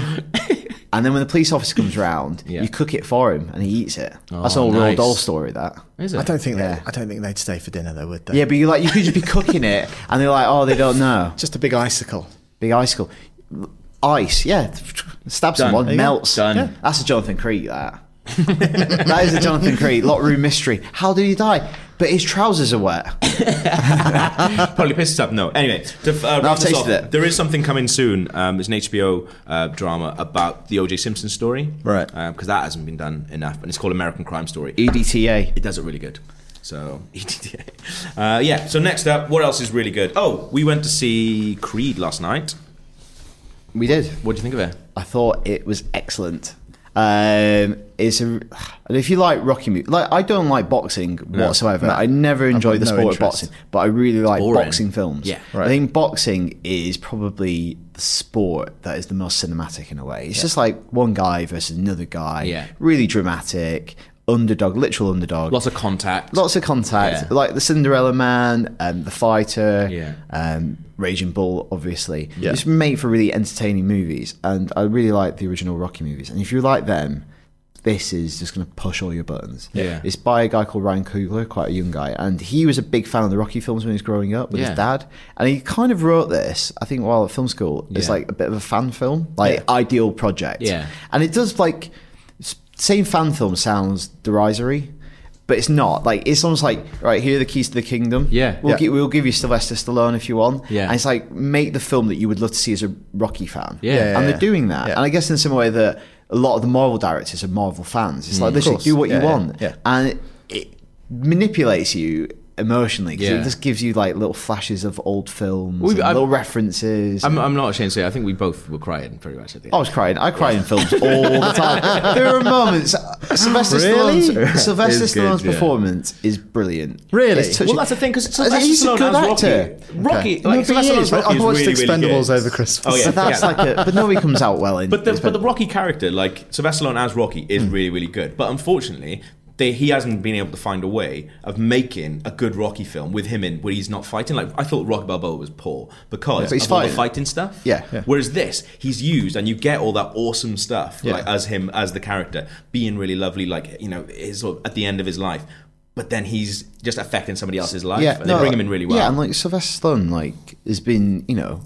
S2: and then when the police officer comes round,
S1: Yeah.
S2: you cook it for him and he eats it. That's
S1: Oh,
S2: all
S1: nice.
S2: Roald Dahl story. That.
S1: Is it? [laughs]
S3: I don't think they. I don't think they'd stay for dinner though, would they?
S2: Yeah, but you like you could just be cooking it, [laughs] and they're like, "Oh, they don't know."
S3: just a big icicle.
S2: Big icicle. Ice, yeah. Stab
S1: Done.
S2: someone,
S1: There you go.
S2: melts.
S1: Done. Yeah.
S2: That's a Jonathan
S1: [laughs]
S2: Crete, that. that is a Jonathan Crete. Lot room mystery. How did he die? But his trousers
S1: [coughs]
S2: are wet.
S1: Probably pissed up. No. Anyway, to, uh, round
S2: I've
S1: this
S2: tasted
S1: off,
S2: it.
S1: there is something coming soon. Um, it's an HBO uh, drama about the O.J. Simpson story,
S3: Right.
S1: Because that hasn't been done enough, and it's called American Crime Story.
S2: EDTA.
S1: It does it really good. So [laughs] EDTA. Uh, yeah. So next up, what else is really good? Oh, we went to see Creed last night.
S2: We did.
S1: What do you think of it?
S2: I thought it was excellent. Um, it's a, and if you like Rocky music, like I don't like boxing whatsoever. I never enjoyed the
S3: no
S2: sport of
S3: interest.
S2: boxing, but I really like
S1: boring.
S2: boxing films.
S1: Yeah.
S2: I think boxing is probably the sport that is the most cinematic in a way. It's just like one guy versus another guy.
S1: Yeah.
S2: really dramatic underdog, literal underdog.
S1: Lots of contact.
S2: Lots of contact,
S1: Yeah.
S2: like the Cinderella Man, um, the Fighter,
S1: Yeah.
S2: um, Raging Bull, obviously. It's made for really entertaining movies, and I really like the original Rocky movies. And if you like them, this is just going to push all your buttons.
S1: Yeah.
S2: it's by a guy called Ryan Coogler, quite a young guy, and he was a big fan of the Rocky films when he was growing up with
S1: Yeah.
S2: his dad, and he kind of wrote this, I think, while at film school. It's
S1: Yeah.
S2: like a bit of a fan film, like ideal project.
S1: Yeah.
S2: And it does like s- saying fan film sounds derisory, but it's not. Like it's almost like right here are the keys to the kingdom.
S1: Yeah.
S2: we'll,
S1: Yeah.
S2: gi- we'll give you Sylvester Stallone if you want.
S1: Yeah.
S2: and it's like make the film that you would love to see as a Rocky fan.
S1: Yeah. Yeah, yeah,
S2: and
S3: yeah.
S2: they're doing that.
S3: Yeah.
S2: And I guess in the same way that a lot of the Marvel directors are Marvel fans.
S1: Mm.
S2: It's like literally
S3: course.
S2: do what
S3: Yeah,
S2: you
S3: yeah,
S2: want,
S3: yeah.
S2: and it, it manipulates you. Emotionally, 'cause
S1: Yeah.
S2: it just gives you like little flashes of old films,
S1: We-
S2: and
S1: I'm-
S2: little references.
S1: I'm, I'm not ashamed to say. I think we both were crying pretty much at the end.
S2: I was crying. I cry in films
S1: [laughs]
S2: all the time. there are moments. Sylvester
S3: Really?
S2: Stallone's, Sylvester
S1: It's good,
S2: Stallone's
S1: yeah.
S2: performance is brilliant.
S3: Really?
S2: It's touching.
S1: Well, that's the thing because
S2: He's a good actor.
S1: Rocky. Rocky, like,
S2: No, but
S1: Sylvester
S2: he
S1: Stallone's
S2: is.
S1: Rocky
S3: I
S1: is
S3: watched
S1: really, really
S3: Expendables
S1: good.
S3: over Christmas.
S1: Oh yeah,
S2: but [laughs] that's
S1: yeah.
S2: like a. But nobody comes out well in.
S1: But the, but the
S2: Expendables.
S1: Rocky character, like Sylvester Stallone as Rocky, is really really good. But unfortunately, they, he hasn't been able to find a way of making a good Rocky film with him in where he's not fighting. Like I thought Rocky Balboa was poor because
S2: But he's
S1: of all the
S2: fighting.
S1: fighting stuff.
S2: Yeah. Yeah.
S1: Whereas this, he's used and you get all that awesome stuff
S3: Yeah.
S1: like as him as the character being really lovely. Like you know, his sort of at the end of his life. But then he's just affecting somebody else's life. and they bring him in really well.
S2: Yeah, and like Sylvester Stallone, like has been you know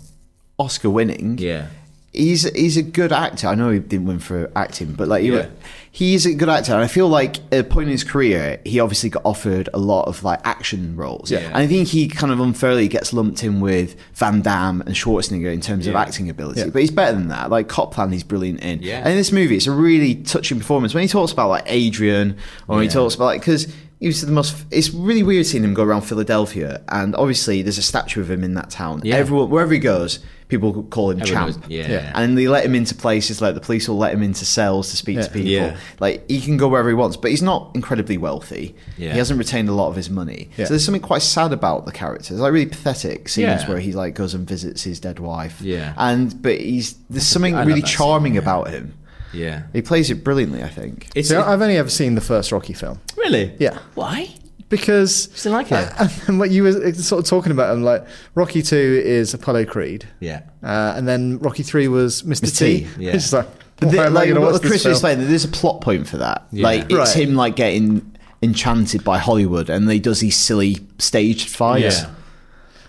S2: Oscar winning.
S1: Yeah.
S2: He's he's a good actor. I know he didn't win for acting, but like he,
S1: Yeah.
S2: he is a good actor. And I feel like at a point in his career, he obviously got offered a lot of like action roles.
S1: Yeah.
S2: And I think he kind of unfairly gets lumped in with Van Damme and Schwarzenegger in terms of
S1: Yeah.
S2: acting ability. But he's better than that. Like Copland, he's brilliant in.
S1: Yeah.
S2: And in this movie, it's a really touching performance. When he talks about like Adrian, or he
S1: Yeah.
S2: talks about like because. He was the most. It's really weird seeing him go around Philadelphia, and obviously there's a statue of him in that town.
S1: Yeah.
S2: Everyone, wherever he goes, people call him
S1: Everyone
S2: champ.
S1: knows- yeah. Yeah.
S2: And they let him into places like the police will let him into cells to speak to people.
S1: Yeah.
S2: Like he can go wherever he wants, but he's not incredibly wealthy.
S1: Yeah.
S2: He hasn't retained a lot of his money.
S3: Yeah.
S2: So there's something quite sad about the character. It's like really pathetic scenes
S1: Yeah.
S2: where he like goes and visits his dead wife.
S1: Yeah.
S2: And but he's there's something
S1: I love
S2: really
S1: that scene,
S2: charming about him.
S1: yeah.
S2: He plays it brilliantly, I think.
S1: It's
S3: So I've only ever seen the first Rocky film
S1: really
S3: Yeah.
S1: Why?
S3: because
S1: Still like it.
S3: and what you were uh, sort of talking about, I'm like Rocky Two is Apollo Creed,
S1: yeah.
S3: uh, and then Rocky Three was Mr.
S2: Mr.
S3: T.
S2: T,
S1: yeah.
S3: [laughs] It's just like,
S2: But
S3: why
S2: the,
S3: am I
S2: like
S3: gonna watch
S2: what
S3: this
S2: Chris
S3: film?
S2: was saying, there's a plot point for that.
S1: Yeah.
S2: Like it's
S3: Right.
S2: him like getting enchanted by Hollywood, and he does these silly staged fights.
S1: Yeah.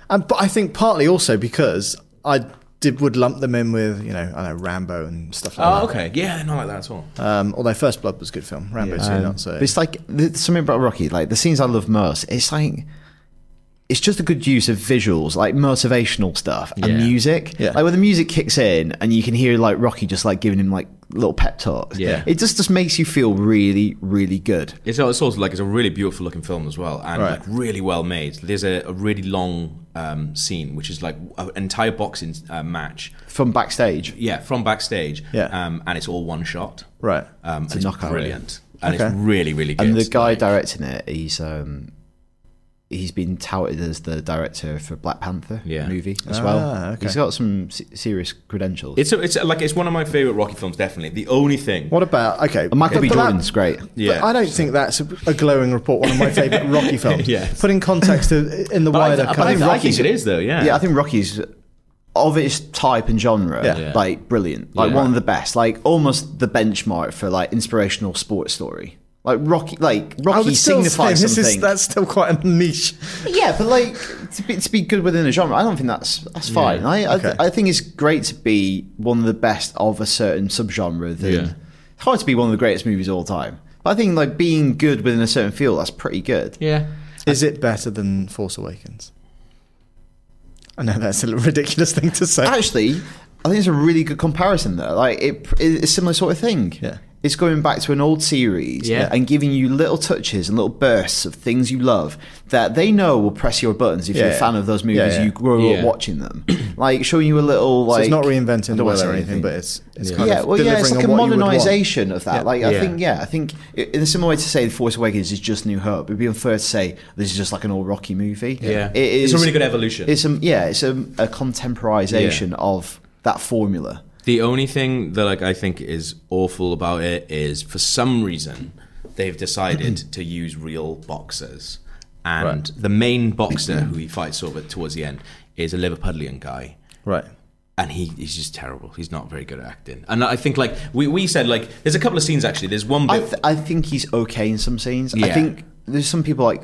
S3: And but I think partly also because I did, would lump them in with you know I know Rambo and stuff like that.
S1: Oh, okay. Yeah, they're not like that at all.
S3: Um, although First Blood was a good film, Rambo two
S2: Um,
S3: not so.
S2: but it's like there's something about Rocky. Like the scenes I love most, it's like it's just a good use of visuals, like motivational stuff
S1: Yeah.
S2: and music.
S3: Yeah.
S2: Like when the music kicks in and you can hear like Rocky just like giving him like little pep talks.
S1: Yeah.
S2: it just just makes you feel really really good.
S1: It's, it's also like it's a really beautiful looking film as well, and
S3: Right.
S1: like really well made. There's a, a really long um, scene which is like a- an entire boxing uh, match.
S2: From backstage,
S1: Yeah, from backstage.
S3: Yeah.
S1: um, and it's all one shot.
S3: right.
S1: Um, and it's
S2: knockout,
S1: brilliant, and it's
S3: Okay.
S1: really really good.
S2: and the guy
S1: Like,
S2: directing it, he's um he's been touted as the director for Black Panther
S1: Yeah.
S2: movie as
S3: Ah,
S2: well.
S3: okay.
S2: He's got some se- serious credentials.
S1: it's a, it's a, like it's one of my favorite Rocky films. Definitely the only thing.
S3: What about okay?
S2: Michael
S3: but-
S2: B.
S3: but that-
S2: Jordan's great.
S1: Yeah.
S3: But I don't think that's a, a glowing report. One of my
S1: [laughs]
S3: favourite Rocky films.
S1: Yes.
S3: Put in context of, in the
S1: But I,
S3: wider.
S1: th- but I,
S3: kind
S1: th-
S3: of
S1: I think it is though. Yeah.
S2: Yeah, I think Rocky's of its type and genre,
S3: Yeah. Yeah.
S2: like brilliant, like
S1: Yeah.
S2: one of the best, like almost the benchmark for like inspirational sports story. Like Rocky, like
S3: I
S2: Rocky
S3: would still say
S2: signifies
S3: this is
S2: something.
S3: that's still quite a niche.
S2: yeah, but like to be, to be good within a genre, I don't think that's that's fine. I I,
S3: Okay.
S2: I think it's great to be one of the best of a certain subgenre. Than,
S1: Yeah.
S2: It's hard to be one of the greatest movies of all time. But I think like being good within a certain field, that's pretty good.
S1: Yeah.
S3: Is it better than Force Awakens? I know that's a ridiculous thing to say.
S2: actually, I think it's a really good comparison though. Like it, it's a similar sort of thing.
S3: Yeah.
S2: It's going back to an old series
S1: Yeah.
S2: and giving you little touches and little bursts of things you love that they know will press your buttons if you're a
S3: Yeah.
S2: fan of those movies.
S3: Yeah, yeah.
S2: You grow
S1: Yeah.
S2: up watching them, [clears throat] like showing you a little
S3: So
S2: like
S3: it's not
S2: I
S3: reinventing
S2: don't
S3: the
S2: wanna
S3: wheel
S2: say
S3: or anything, but it's it's kind
S2: yeah,
S3: of
S2: well, yeah, it's like a
S3: delivering on what you would want.
S2: modernization of that.
S3: Yeah.
S2: Like, I
S1: Yeah.
S2: think, yeah, I think i- in a similar way to say The Force Awakens is just New Hope, it'd be unfair to say this is just like an old Rocky movie.
S1: Yeah.
S2: it
S1: It's
S2: is.
S1: a really good evolution.
S2: It's a yeah, it's a, a contemporization of that formula.
S1: The only thing that like I think is awful about it is for some reason they've decided
S3: [clears throat]
S1: to use real boxers, and the main boxer who he fights over towards the end is a Liverpudlian guy.
S3: Right.
S1: And he, he's just terrible. He's not very good at acting. And I think, like, we, we said, like, there's a couple of scenes actually. There's one
S2: I
S1: bit.
S2: th- I think he's okay in some scenes. I
S1: Yeah.
S2: think there's some people like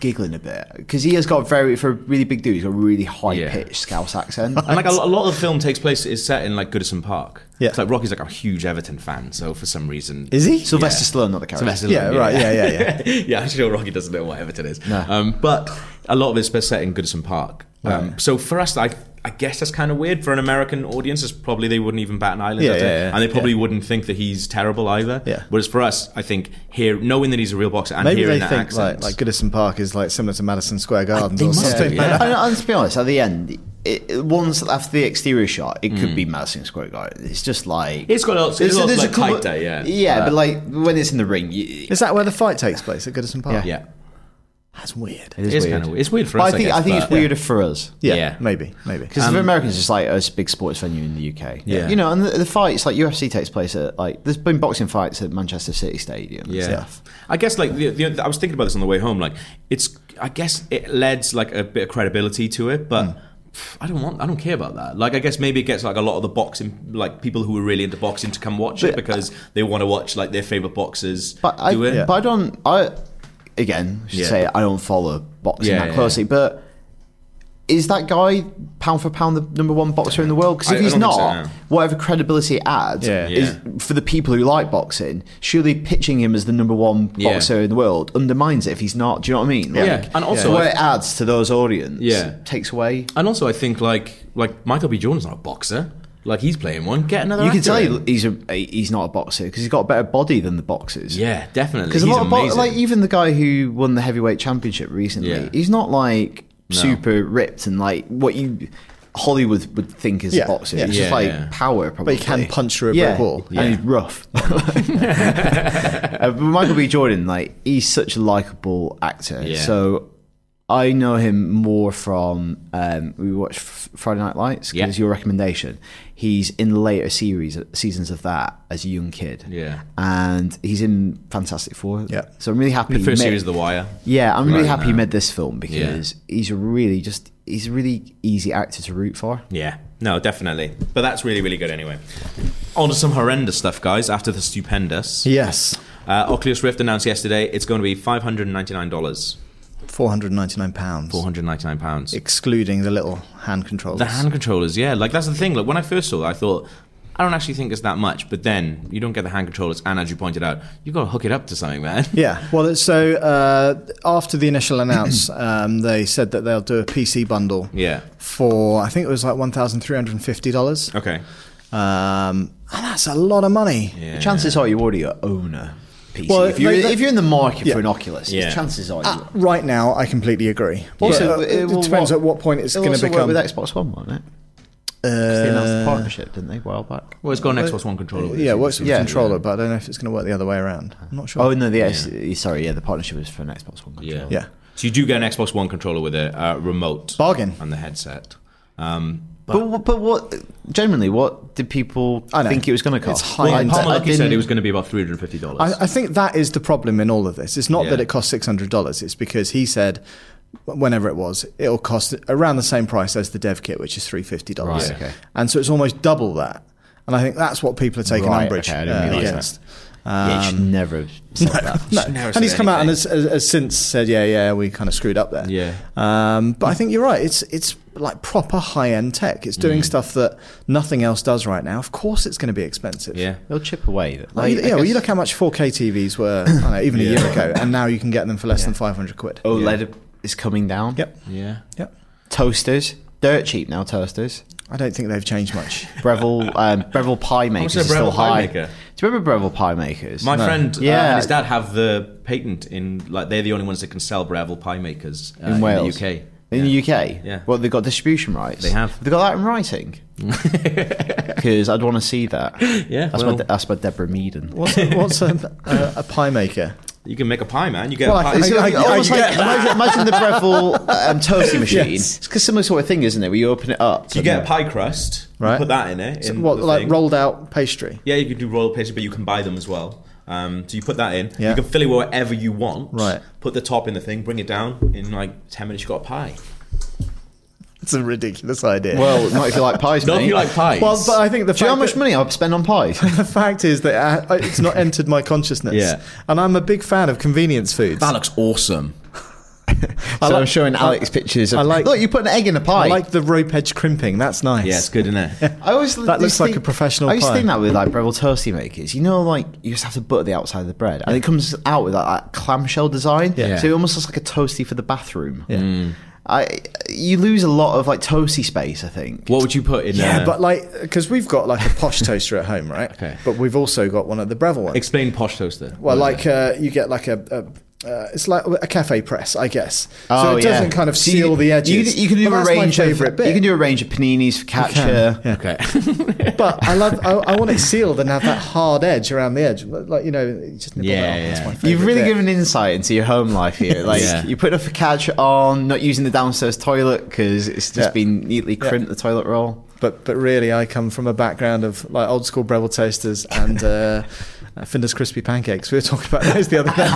S2: giggling a bit because he has got very for a really big dude. He's got a really high pitched
S1: [laughs]
S2: Scouse accent.
S1: and, like, a, lo- a lot of the film takes place, is set in, like, Goodison Park.
S3: Yeah.
S1: It's like, Rocky's, like, a huge Everton fan. So for some reason.
S3: Is he?
S2: Sylvester Stallone, not the character.
S1: Sylvester
S3: Yeah,
S1: Stallone,
S3: right, yeah, yeah, yeah.
S1: [laughs] yeah, I'm sure Rocky doesn't know what Everton is. Um, but a lot of it's set in Goodison Park. Um, So for us, I, I guess that's kind of weird. For an American audience, it's probably they wouldn't even bat an eyelid
S3: Yeah,
S1: at it.
S3: yeah, yeah.
S1: And they probably wouldn't think that he's terrible either.
S3: Yeah.
S1: Whereas for us, I think here, knowing that he's a real boxer and
S3: Maybe
S1: hearing
S3: they
S1: that
S3: think
S1: accent.
S3: like like Goodison Park is like similar to Madison Square Gardens
S1: they
S3: or
S1: must
S3: something. uh,
S1: be,
S3: like
S1: yeah.
S3: that.
S2: And, and to be honest, at the end, it, it- once after the exterior shot, it could be Madison Square Garden. It's just like
S1: Mm. it's got a lot, it's a lot of, like, tight day, yeah.
S2: yeah, but like when it's in the ring, you,
S3: Is that where the fight takes place at Goodison Park?
S1: Yeah.
S3: That's weird.
S2: it is
S1: It's
S2: weird.
S1: kind of weird. It's weird for
S2: But
S1: us.
S2: I think
S1: guess,
S2: I think
S1: but-
S2: it's weirder for us
S3: Yeah,
S1: Yeah.
S3: maybe, maybe.
S2: because for Americans, it's like oh, it's a big sports venue in the UK.
S1: Um, Yeah.
S2: you know, and the, the fights like UFC takes place at like there's been boxing fights at Manchester City Stadium.
S1: yeah.
S2: and stuff.
S1: I guess like the, the, I was thinking about this on the way home. Like it's, I guess it lends like a bit of credibility to it, but.
S2: Hmm.
S1: pff, I don't want. I don't care about that. Like, I guess maybe it gets like a lot of the boxing, like people who are really into boxing, to come watch it
S2: But- uh,
S1: because they want to watch like their favorite boxers
S2: But I,
S1: do it.
S2: but I don't. I again should
S1: Yeah.
S2: say I don't follow boxing
S1: Yeah,
S2: that
S1: yeah,
S2: closely, but. Is that guy pound for pound the number one boxer in the world? Because
S1: I-
S2: if
S1: I
S2: he's
S1: don't think so,
S2: not,
S1: no.
S2: whatever credibility it adds
S3: Yeah.
S2: Is, for the people who like boxing, surely pitching him as the number one
S1: Yeah.
S2: boxer in the world undermines it if he's not. Do you know what I mean?
S1: Yeah. And also-
S2: what it adds to those audience
S1: Yeah.
S2: takes away.
S1: And also, I think like like Michael B. Jordan's not a boxer. Like he's playing one. Get another.
S2: You can
S1: actor
S2: tell
S1: in.
S2: he- he's a, he's not a boxer because he's got a better body than the boxers.
S1: Yeah, definitely.
S2: Because a
S1: He's
S2: lot of bo-
S1: amazing.
S2: like even the guy who won the heavyweight championship recently,
S1: Yeah.
S2: he's not like super ripped and like what you Hollywood would think is a
S3: Yeah,
S2: boxer.
S3: yeah.
S2: It's just
S1: Yeah,
S2: like
S1: yeah.
S2: power,
S3: But
S2: probably.
S3: you can punch through a
S2: yeah,
S3: brick wall.
S2: and he's rough. [laughs] Uh, but Michael B. Jordan, like he's such a likable actor,
S1: Yeah.
S2: so. I know him more from um, we watched F- Friday Night Lights
S1: Yeah.
S2: because your recommendation. He's in later series seasons of that as a young kid
S1: Yeah.
S2: and he's in Fantastic Four.
S3: Yeah.
S2: So I'm really happy.
S1: the
S2: he
S1: first
S2: made-
S1: series of The Wire.
S2: yeah, I'm really
S1: Right
S2: happy he
S1: now.
S2: made this film because he's a really just he's a really easy actor to root for.
S1: Yeah, no, definitely. But that's really, really good anyway. On to some horrendous stuff, guys, after the stupendous.
S3: Yes.
S1: Uh, Oculus Rift announced yesterday it's going to be $599.
S3: Four hundred ninety nine pounds,
S1: Four hundred ninety nine pounds.
S3: excluding the little hand controllers.
S1: The hand controllers, yeah. Like that's the thing. Like when I first saw that, I thought I don't actually think it's that much. But then you don't get the hand controllers, and as you pointed out, you have got to hook it up to something, man.
S3: Yeah, well, it's- so uh, after the
S2: [clears throat]
S3: initial announce, um, they said that they'll do a PC bundle
S1: [laughs] yeah.
S3: for I think it was like one thousand three hundred and fifty dollars,
S1: Okay.
S3: um, and that's a lot of money.
S1: Yeah.
S2: Chances are you already own a PC.
S3: Well,
S2: if, you're,
S3: they- they-
S2: if you're in the market
S3: Yeah.
S2: for an Oculus,
S1: Yeah.
S2: chances are you.
S3: Uh, right now, I completely agree.
S2: Also,
S3: But, uh,
S2: it
S3: it,
S2: will
S3: depends
S2: work-
S3: at what point it's
S2: It'll
S3: going to
S2: also
S3: become. Uh,
S2: work with Xbox One, won't it? 'Cause they announced the partnership, didn't they, a while back?
S1: Well, it's got an Xbox One controller. with
S3: yeah, it
S1: it.
S3: works with
S2: Yeah.
S3: the controller, but I don't know if it's going to work the other way around. I'm not sure.
S2: Oh no, the S- sorry, yeah, the partnership was for an Xbox One
S1: Yeah.
S2: controller.
S3: Yeah.
S1: So you do get an Xbox One controller with a uh, remote
S3: Bargain.
S1: and the headset. Um,
S2: But, but what generally, what did people
S3: I know.
S2: think it was going to
S3: It's
S2: cost?
S3: high
S1: well,
S3: end.
S2: I- I
S1: Palmer, like you said,
S2: didn't-
S1: it was going to be about three hundred and fifty dollars.
S3: I, I think that is the problem in all of this. It's not
S1: Yeah.
S3: that it costs six hundred dollars. It's because he said, whenever it was, it'll cost around the same price as the dev kit, which is three fifty dollars.
S1: Right, okay.
S3: And so it's almost double that. And I think that's what people are taking
S2: Right,
S3: umbrage
S2: okay, I didn't
S3: uh,
S2: realise that.
S3: against. Um,
S2: Yeah, you should Um, never have said that.
S3: [laughs] No.
S1: never
S3: And he's
S1: said
S3: come out and has,
S1: anything.
S3: has, has since said, yeah, yeah, we kind of screwed up there.
S1: Yeah.
S3: Um, but I think you're right. It's it's like proper high end tech. It's
S2: Mm.
S3: doing stuff that nothing else does right now. Of course, it's going to be expensive.
S1: yeah.
S2: [laughs] They'll chip away. at it.
S3: Like,
S2: Like,
S3: you-
S2: I
S3: yeah, well, you
S2: guess
S3: look how much 4K TVs were I don't know, even a year ago, and now you can get them for less than 500 quid.
S2: OLED Oh, is coming down.
S3: Yep.
S1: Yeah.
S3: Yep.
S2: Toasters, dirt cheap now. Toasters.
S3: I don't think they've changed much.
S2: Breville, um, Breville pie
S1: much is
S2: makers are
S1: a
S2: still
S1: Breville pie
S2: high.
S1: maker?
S2: Do you remember Breville pie makers?
S1: My friend yeah.
S2: Yeah.
S1: and his dad have the patent in like they're the only ones that can sell Breville pie makers uh,
S2: in
S1: the
S2: Wales,
S1: UK.
S2: In
S1: yeah.
S2: the UK,
S1: Yeah.
S2: Well, they've got distribution rights.
S1: They have.
S2: They got that in writing. Because I'd want to see that.
S1: Yeah,
S2: that's,
S1: well-
S2: by, that's by Deborah Meaden.
S3: What's, what's a, a, a pie maker?
S1: You can make a pie, man. You get
S3: Well,
S1: a
S3: I
S1: pie.
S3: think-
S2: It's
S3: I-
S2: like-
S3: I
S2: almost
S3: get
S2: like- imagine, imagine the Breville um, toasting machine.
S3: Yes.
S2: It's a similar sort of thing, isn't it? Where you open it up.
S1: you get a pie crust. you
S3: Right.
S1: put that in it.
S3: So
S1: in
S3: what,
S1: the
S3: like
S1: thing.
S3: rolled out pastry?
S1: Yeah, you can do royal pastry, but you can buy them as well. Um, so you put that in.
S3: Yeah.
S1: You can fill it whatever you want.
S3: Right.
S1: Put the top in the thing. Bring it down. In like ten minutes, you got a pie.
S3: It's a ridiculous idea. Well,
S2: Well, not if you like
S1: [laughs]
S2: pies,
S1: Not
S2: mate.
S1: if you like pies.
S3: [laughs] well but I think the
S2: Do you know how
S3: fact,
S2: much
S3: that,
S2: money I've spent on [laughs] pies?
S3: the fact is that I, it's not entered my consciousness.
S1: Yeah.
S3: And I'm a big fan of convenience foods.
S1: that looks awesome.
S2: so
S3: like-
S2: I'm showing Alex pictures. Of,
S3: I like-
S2: Look, you put an egg in a pie.
S3: I like the rope edge crimping. That's nice.
S1: Yeah, it's good, isn't
S3: [laughs]
S1: it?
S2: I always
S3: That looks
S2: used to
S3: like a professional
S2: I used to
S3: pie.
S2: think that with like Breville toasty makers. You know, like you just have to butter the outside of the bread, and it comes out with that, that clamshell design.
S3: Yeah.
S2: So it almost looks like a toasty for the bathroom. Mm.
S3: Yeah.
S2: I you lose a lot of like toasty space. I think.
S1: what would you put in?
S3: Yeah,
S1: uh,
S3: but like, because we've got like a posh toaster at home, right?
S1: Okay.
S3: But we've also got one of the Breville ones.
S1: explain posh toaster.
S3: Well, like uh, you get like a. a uh, it's like a cafe press, I guess. so
S2: Oh,
S3: it
S2: yeah.
S3: doesn't kind of
S2: So
S3: seal
S2: you,
S3: the edges.
S2: You, you can do
S3: But
S2: a
S3: that's my
S2: range
S3: favourite
S2: of
S3: bit.
S2: you
S3: [laughs]
S2: can do a range of paninis for catcher.
S1: okay. [laughs]
S3: but I love. I, I want it sealed and have that hard edge around the edge, like you know, you just nibble
S1: Yeah,
S3: that off.
S1: yeah.
S3: That's my favourite
S2: You've really
S3: bit.
S2: given insight into your home life
S3: [laughs]
S2: here. Like
S1: Yeah.
S2: you put a focaccia on, not using the downstairs toilet because it's just
S3: Yeah.
S2: been neatly crimped the toilet roll.
S3: But but really, I come from a background of like old school Breville toasters and uh, [laughs] Finder's crispy pancakes. We were talking about those the other day.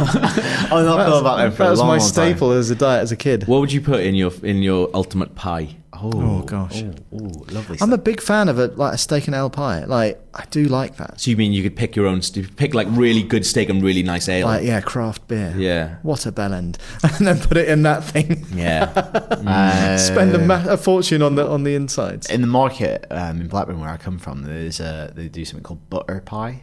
S2: [laughs] Oh, no, I
S3: That
S2: thought
S3: was-
S2: about them for
S3: that
S2: a
S3: was
S2: long,
S3: my
S2: long time.
S3: staple as a diet as a kid.
S1: What would you put in your in your ultimate pie?
S3: Oh, gosh.
S1: Oh, ooh, lovely.
S3: I'm a big fan of a like a steak and ale pie. Like I do like that.
S1: So you mean you could pick your own? st- Pick like really good steak and really nice ale.
S3: Like yeah, craft beer.
S1: Yeah.
S3: What a bell end, [laughs] and then put it in that thing. [laughs]
S1: yeah.
S2: Uh,
S3: Spend a, ma- a fortune on the on the insides.
S2: in the market um, in Blackburn, where I come from, there's uh, they do something called butter pie.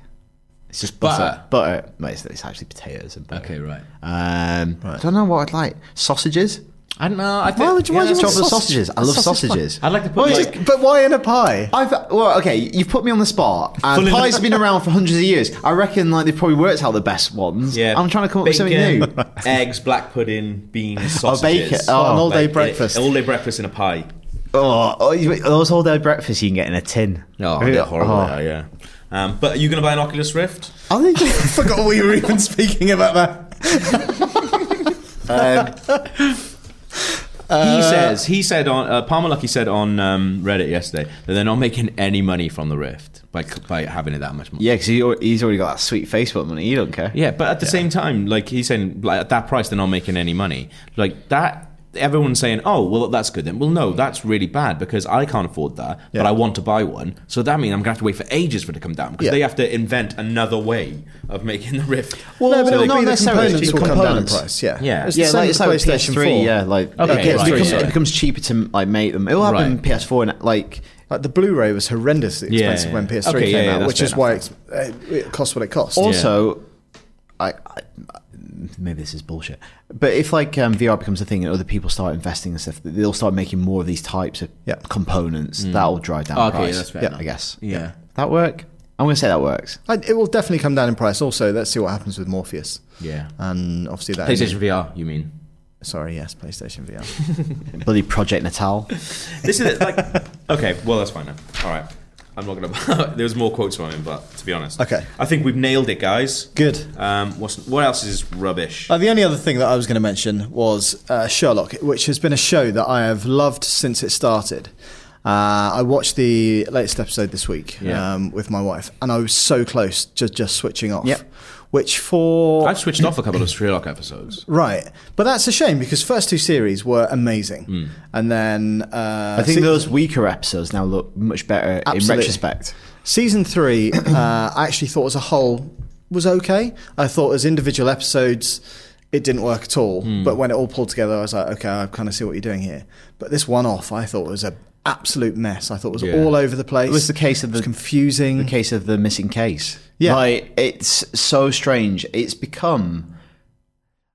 S2: It's just butter, butter. no, it's, it's actually potatoes and butter.
S1: okay. Right.
S2: Um, I don't know what I'd like. Sausages.
S1: I don't know. I think,
S3: Why would you- why
S1: yeah,
S3: do you
S1: that's
S3: want
S1: what-
S2: Chocolate
S3: sausage-
S2: sausages. I love
S3: sausage pie.
S2: sausages.
S1: I'd like to put like,
S3: Just- but why in a pie?
S2: I've well, okay. You've put me on the spot. And
S1: Full
S2: pie's been around for hundreds of years. I reckon like they've probably worked out the best ones. I'm trying to come up with something
S1: bacon,
S2: new.
S1: [laughs] eggs, black pudding, beans,
S2: Oh, bacon.
S1: sausages.
S2: Oh,
S3: an all day
S1: it-
S3: breakfast.
S1: all day breakfast in a pie.
S2: Oh, oh, you- those all day breakfasts you can get in a tin.
S1: Oh,
S2: Really?
S1: they're horrible.
S2: Oh.
S1: they are, Yeah. Um, but are you going to buy an Oculus Rift?
S2: Are they just- [laughs]
S3: forgot [laughs] we were even speaking about that.
S1: he says. He said on uh, Palmer Lucky said on um, Reddit yesterday that they're not making any money from the Rift by c- by having it that much money.
S2: Yeah, because he, al- he's already got that sweet Facebook money. You don't care.
S1: Yeah, but at the same time, like he's saying, like, at that price, they're not making any money. Like that, everyone's saying, "Oh, well, that's good then." Well, no, that's really bad because I can't afford that, but
S3: Yeah.
S1: I want to buy one. So that means I'm gonna have to wait for ages for it to come down because
S3: Yeah.
S1: they have to invent another way of making the Rift.
S3: Well, no, but
S2: so
S3: it'll
S2: not
S3: be the
S2: necessarily
S3: components will
S2: cheaper
S3: come down in
S2: components.
S3: price. Yeah,
S1: Yeah.
S3: It's the
S2: Yeah,
S3: same
S2: like,
S3: as
S2: it's like with
S3: PlayStation
S2: PS3.
S3: 4.
S2: Yeah, like
S1: Okay,
S2: it, gets,
S1: right,
S2: becomes,
S1: yeah.
S2: it becomes cheaper to like make them. It'll happen
S1: Right.
S2: in PS4 and like
S3: Like the Blu-ray was horrendously
S1: Yeah,
S3: expensive
S1: yeah.
S3: when PS3
S1: Okay,
S3: came
S1: yeah, yeah,
S3: out,
S1: that's
S3: which
S1: fair
S3: is why it's, uh, it costs what it costs.
S2: Also, I, I maybe this is bullshit, but if like um, VR becomes a thing and other people start investing and stuff, they'll start making more of these types of
S3: Yeah.
S2: components. That'll drive down
S1: Okay,
S2: price.
S1: that's fair
S2: Yeah,
S1: enough.
S2: I guess.
S1: Yeah.
S2: that work. I'm gonna say that works.
S3: I, it will definitely come down in price. Also, let's see what happens with Morpheus.
S1: Yeah.
S3: And obviously that.
S1: PlayStation VR, you mean?
S3: Sorry, yes, PlayStation VR.
S2: Bloody Project Natal.
S1: This is
S3: [laughs]
S1: like okay. Well, that's fine then. All right. I'm not gonna. [laughs] There's more quotes from him, but to be honest,
S3: Okay.
S1: I think we've nailed it, guys.
S3: Good.
S1: Um, what's, what else is rubbish?
S3: Uh, the only other thing that I was going to mention was uh, Sherlock, which has been a show that I have loved since it started. Uh, I watched the latest episode this week
S1: Yeah.
S3: um, with my wife, and I was so close to just switching off.
S2: Yep.
S3: Which for
S1: I've switched off a couple of Sherlock episodes.
S3: right, but that's a shame because first two series were amazing, and then uh,
S2: Hmm. I think
S3: se-
S2: those weaker episodes now look much better in
S3: Absolutely.
S2: retrospect.
S3: Season three, [clears throat] uh, I actually thought as a whole was okay. I thought as individual episodes, it didn't work at all.
S2: Hmm.
S3: But when it all pulled together, I was like, okay, I kind of see what you're doing here. But this one off, I thought was a absolute mess. I thought it was
S1: Yeah.
S3: all over the place.
S2: It was the case of
S3: It was
S2: the-
S3: confusing.
S2: the case of the missing case.
S3: Yeah.
S2: Like, it's so strange. It's become,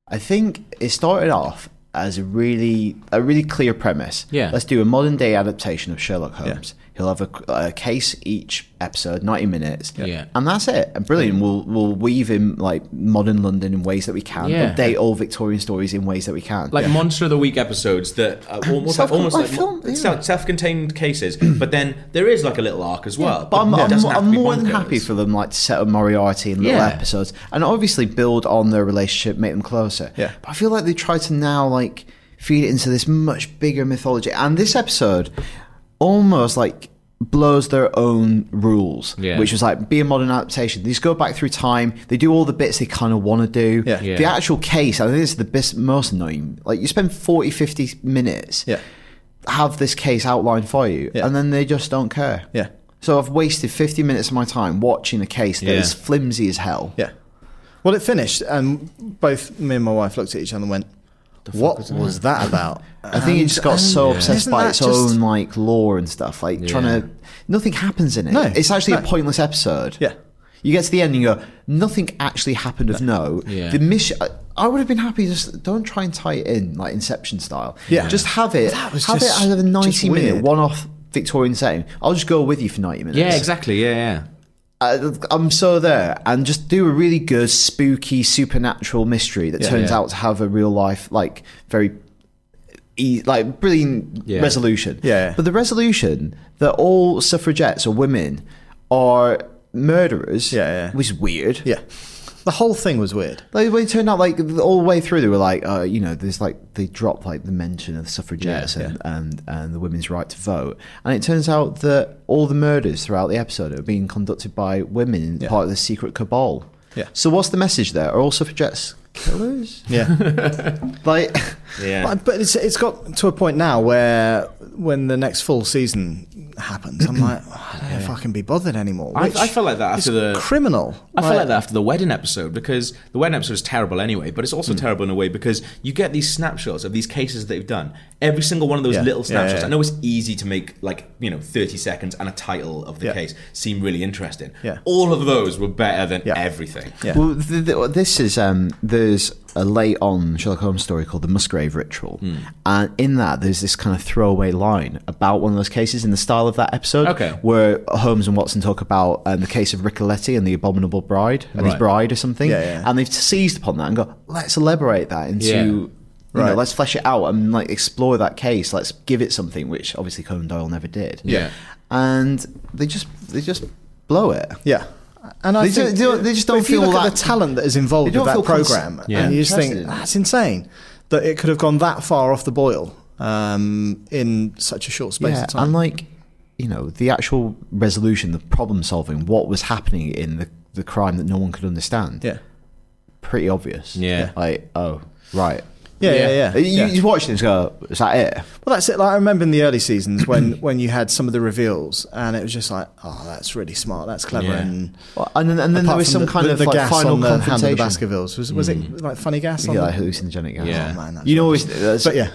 S2: I think it started off as a really, a really clear premise.
S1: Yeah.
S2: Let's do a modern day adaptation of Sherlock Holmes. He'll have a, a case each episode, 90 minutes.
S1: Yeah.
S2: And that's it. And brilliant. We'll, we'll weave in like modern London in ways that we can,
S1: Yeah.
S2: update old Victorian stories in ways that we can.
S1: like Monster of the Week episodes that are almost like,
S2: Self-con-
S1: almost
S2: like
S1: like
S2: film,
S1: mo-
S2: yeah.
S1: self- self-contained cases, [clears throat] but then there is like a little arc as well.
S2: But I'm,
S1: it
S2: I'm,
S1: doesn't have
S2: I'm
S1: to be
S2: more than
S1: bonkers.
S2: happy for them like to set up Moriarty in little
S1: Yeah.
S2: episodes and obviously build on their relationship, make them closer.
S3: Yeah.
S2: But I feel like they try to now like feed it into this much bigger mythology. And this episode almost like blows their own rules,
S1: Yeah.
S2: which was like be a modern adaptation. They just go back through time. They do all the bits they kind of want to do.
S3: Yeah.
S1: Yeah.
S2: The actual case, I think this is the best, most annoying. Like you spend 40, 50 minutes
S3: Yeah.
S2: have this case outlined for you,
S3: Yeah.
S2: and then they just don't care.
S3: Yeah.
S2: So I've wasted 50 minutes of my time watching a case that is
S1: Yeah.
S2: flimsy as hell.
S3: Yeah. Well, it finished, and both me and my wife looked at each other and went, "What was, that about?"
S2: I think it just got so obsessed
S3: Isn't
S2: by
S3: that
S2: its
S3: just-
S2: own like lore and stuff, like trying to. Nothing happens in it.
S3: No,
S2: it's actually a
S3: no.
S2: pointless episode.
S3: Yeah.
S2: You get to the end and you go, nothing actually happened of no.
S1: Yeah.
S2: The mission. I, I would have been happy. Just don't try and tie it in like Inception style.
S3: Yeah.
S2: Just have it. Have
S3: was
S2: it
S3: just-
S2: as a
S3: just
S2: ninety-minute
S3: weird.
S2: one-off Victorian setting. I'll just go with you for ninety minutes.
S1: Yeah, exactly. Yeah, yeah.
S2: I, I'm so there, and just do a really good spooky supernatural mystery that turns
S1: yeah.
S2: out to have a real life, like very, e- like brilliant
S1: Yeah.
S2: resolution.
S3: Yeah.
S2: But the resolution that all suffragettes or women are murderers.
S3: Yeah, yeah.
S2: Which is weird.
S3: Yeah. The whole thing was weird.
S2: Like, when it turned out, like the- all the way through, they were like, uh, you know, there's like they dropped like the mention of suffragettes and, and and the women's right to vote, and it turns out that all the murders throughout the episode are being conducted by women, part of the secret cabal.
S3: Yeah.
S2: So what's the message there? Are all suffragettes killers?
S3: [laughs] Yeah.
S2: like, [laughs]
S1: Yeah.
S3: But, but it's, it's got to a point now where when the next full season happens, I'm
S2: [clears throat]
S3: like, I don't know if I can be bothered anymore.
S1: I-
S3: which
S1: I felt like that
S3: is
S1: after the-
S3: criminal.
S1: I felt like that after the wedding episode because the wedding episode is terrible anyway, but it's also terrible in a way because you get these snapshots of these cases that they've done. Every single one of those
S3: Yeah.
S1: little
S3: Yeah,
S1: snapshots.
S3: yeah.
S1: I know it's easy to make like you know thirty seconds and a title of the
S3: Yeah.
S1: case seem really interesting.
S3: Yeah.
S1: All of those were better than
S3: Yeah.
S1: everything.
S3: Yeah.
S2: well, th th this is um, there's a late on Sherlock Holmes story called the Musgrave Ritual, and in that there's this kind of throwaway line about one of those cases in the style of that episode,
S1: Okay.
S2: where Holmes and Watson talk about um, the case of Ricoletti and the Abominable Bride and his
S1: Right.
S2: bride or something,
S3: Yeah, yeah.
S2: and they've seized upon that and go, let's elaborate that into.
S1: Yeah.
S2: You know,
S3: Right.
S2: let's flesh it out and like explore that case. Let's give it something, which obviously Conan Doyle never did.
S1: Yeah.
S2: and they just they just blow it.
S3: Yeah. And I
S2: They
S3: think
S2: just- they don't- they just don't
S3: if you
S2: feel
S3: look at
S2: that-
S3: the talent that is
S2: They
S3: involved
S2: don't
S3: with that
S2: feel cons-
S3: program,
S1: Yeah.
S3: and you just think
S2: Interested in it.
S3: that's insane that it could have gone that far off the boil um, in such a short space
S2: yeah,
S3: of time.
S2: and like you know, the actual resolution, the problem solving, what was happening in the the crime that no one could understand.
S3: yeah.
S2: pretty obvious.
S1: Yeah.
S2: like oh right,
S3: Yeah, yeah, yeah.
S2: You,
S3: yeah.
S2: you watch this, go, is that it?
S3: Well, that's it. Like I remember in the early seasons when [clears throat] when you had some of the reveals, and it was just like, oh, that's really smart, that's clever,
S1: Yeah.
S3: and
S2: Well, and then, and then there
S3: apart
S2: was
S3: from
S2: some
S3: the-
S2: kind
S3: the-
S2: of
S3: the
S2: like
S3: gas
S2: final
S3: on the hand of the
S2: confrontation. Hmm.
S3: Baskervilles. Was was it like funny gas? on
S2: yeah,
S3: the-
S2: like hallucinogenic gas.
S1: Yeah.
S3: Oh, man, that's
S2: You know,
S3: rubbish.
S2: always, that's,
S3: But yeah,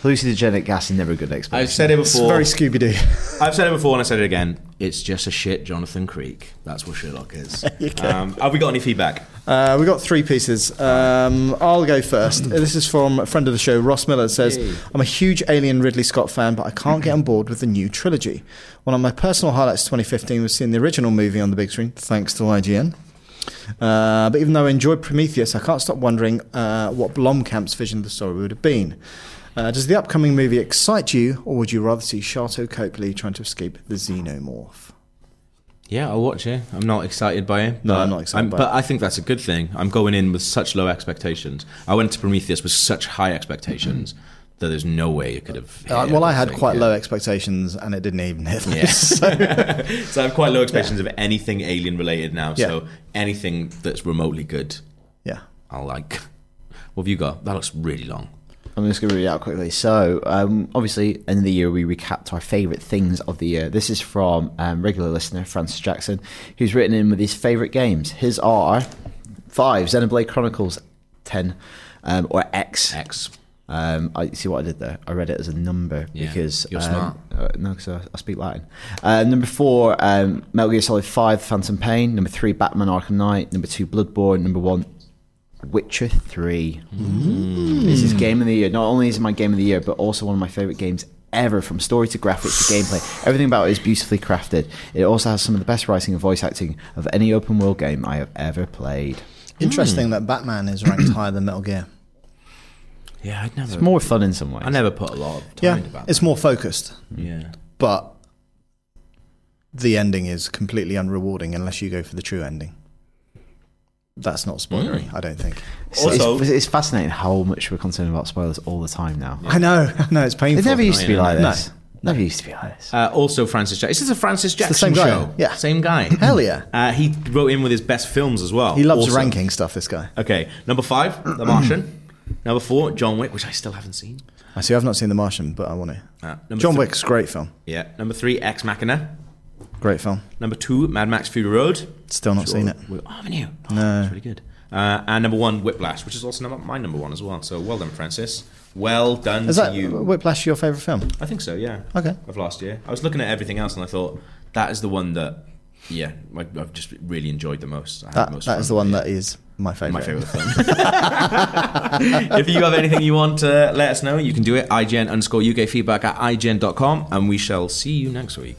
S2: hallucinogenic gas is never a good
S1: I've
S2: explanation.
S1: said it
S3: it's
S1: before.
S3: very Scooby Doo.
S1: I've said it before and I said it again. It's just a shit Jonathan Creek. That's what Sherlock
S3: [laughs]
S1: is. um, have we got any feedback?
S3: Uh, we got three pieces. Um, I'll
S1: [clears throat]
S3: go first. This is from a friend of the show, Ross Miller. It says, "I'm a huge Alien Ridley Scott fan, but I can't
S1: [clears throat]
S3: get on board with the new trilogy. One of my personal highlights of 2015 was seeing the original movie on the big screen, thanks to IGN. Uh, but even though I enjoyed Prometheus, I can't stop wondering uh, what Blomkamp's vision of the story would have been." Uh, does the upcoming movie excite you, or would you rather see Sharto Copley trying to escape the xenomorph?
S1: Yeah, I'll watch it. I'm not excited by it.
S3: No,
S1: but
S3: I'm not excited by
S1: but
S3: it.
S1: I think that's a good thing. I'm going in with such low expectations. I went to Prometheus with such high expectations that there's no way it could have. hit,
S3: Mm-hmm. Uh, well, I had
S1: think,
S3: quite
S1: yeah.
S3: low expectations, and it didn't even hit. [laughs]
S1: Yeah. [laughs] so I have quite low expectations of anything alien related now. So
S3: Yeah.
S1: anything that's remotely good,
S3: yeah.
S1: I'll like. What have you got? That looks really long.
S2: I'm just going to read it out quickly. So, um, obviously, end of the year, we recapped our favourite things of the year. This is from um, regular listener Francis Jackson, who's written in with his favourite games. His are 5, Xenoblade Chronicles 10, um, or X.
S1: X.
S2: Um, I see what I did there. I read it as a number
S1: Yeah,
S2: because
S1: you're
S2: um,
S1: smart.
S2: uh, no, because I, I speak Latin. Uh, number four, um, Metal Gear Solid Five: Phantom Pain. Number three, Batman: Arkham Knight. Number two, Bloodborne. Number one, Witcher Three. This is game of the year. Not only is it my game of the year, but also one of my favorite games ever. From story to graphics to gameplay, everything about it is beautifully crafted. It also has some of the best writing and voice acting of any open world game I have ever played.
S1: Hmm.
S3: Interesting that Batman is ranked
S1: [clears throat]
S3: higher than Metal Gear.
S1: Yeah, I'd never.
S2: It's more fun in some ways.
S1: I never put a lot of
S3: Yeah,
S1: time about
S3: it's more focused,
S1: that. Yeah.
S3: but the ending is completely unrewarding unless you go for the true ending. That's not spoilery, I don't think.
S2: So
S1: Also-
S2: it's, it's fascinating how much we're concerned about spoilers all the time now.
S3: I know, I know, it's painful.
S2: It never used to be
S1: No,
S2: like
S3: no,
S2: this. Never used to be like this.
S1: Uh, also, Francis Jackson. This is a Francis Jackson
S3: same guy.
S1: show.
S3: Yeah.
S1: Same
S3: [laughs]
S1: guy.
S3: [laughs] Hell yeah.
S1: Uh, he wrote in with his best films as well.
S3: He loves
S1: Awesome.
S3: ranking stuff, this guy.
S1: Okay. Number five, The Martian. Number four, John Wick, which I still haven't seen.
S3: I see, I've not seen The Martian, but I want to.
S1: Uh, number
S3: John
S1: three-
S3: Wick's great film.
S1: Yeah. Number three, Ex Machina.
S3: Great film.
S1: Number two, Mad Max Fury Road.
S3: Still not seen it.
S1: Wait, oh, haven't you? Oh, That's really good. Uh, and number one, Whiplash, which is also number, my number one as well. So well done, Francis. Well done
S3: Is
S1: to
S3: that
S1: you.
S3: Whiplash your favourite film?
S1: I think so, yeah.
S3: Okay.
S1: Of last year. I was looking at everything else and I thought, that is the one that, yeah, I, I've just really enjoyed the most. I had
S3: That,
S1: the most
S3: that
S1: fun.
S3: is the one that is my favourite.
S1: My favourite
S3: [laughs]
S1: film. [laughs] if you have anything you want to let us know, you can do it. IGN underscore UK feedback at IGN.com. And we shall see you next week.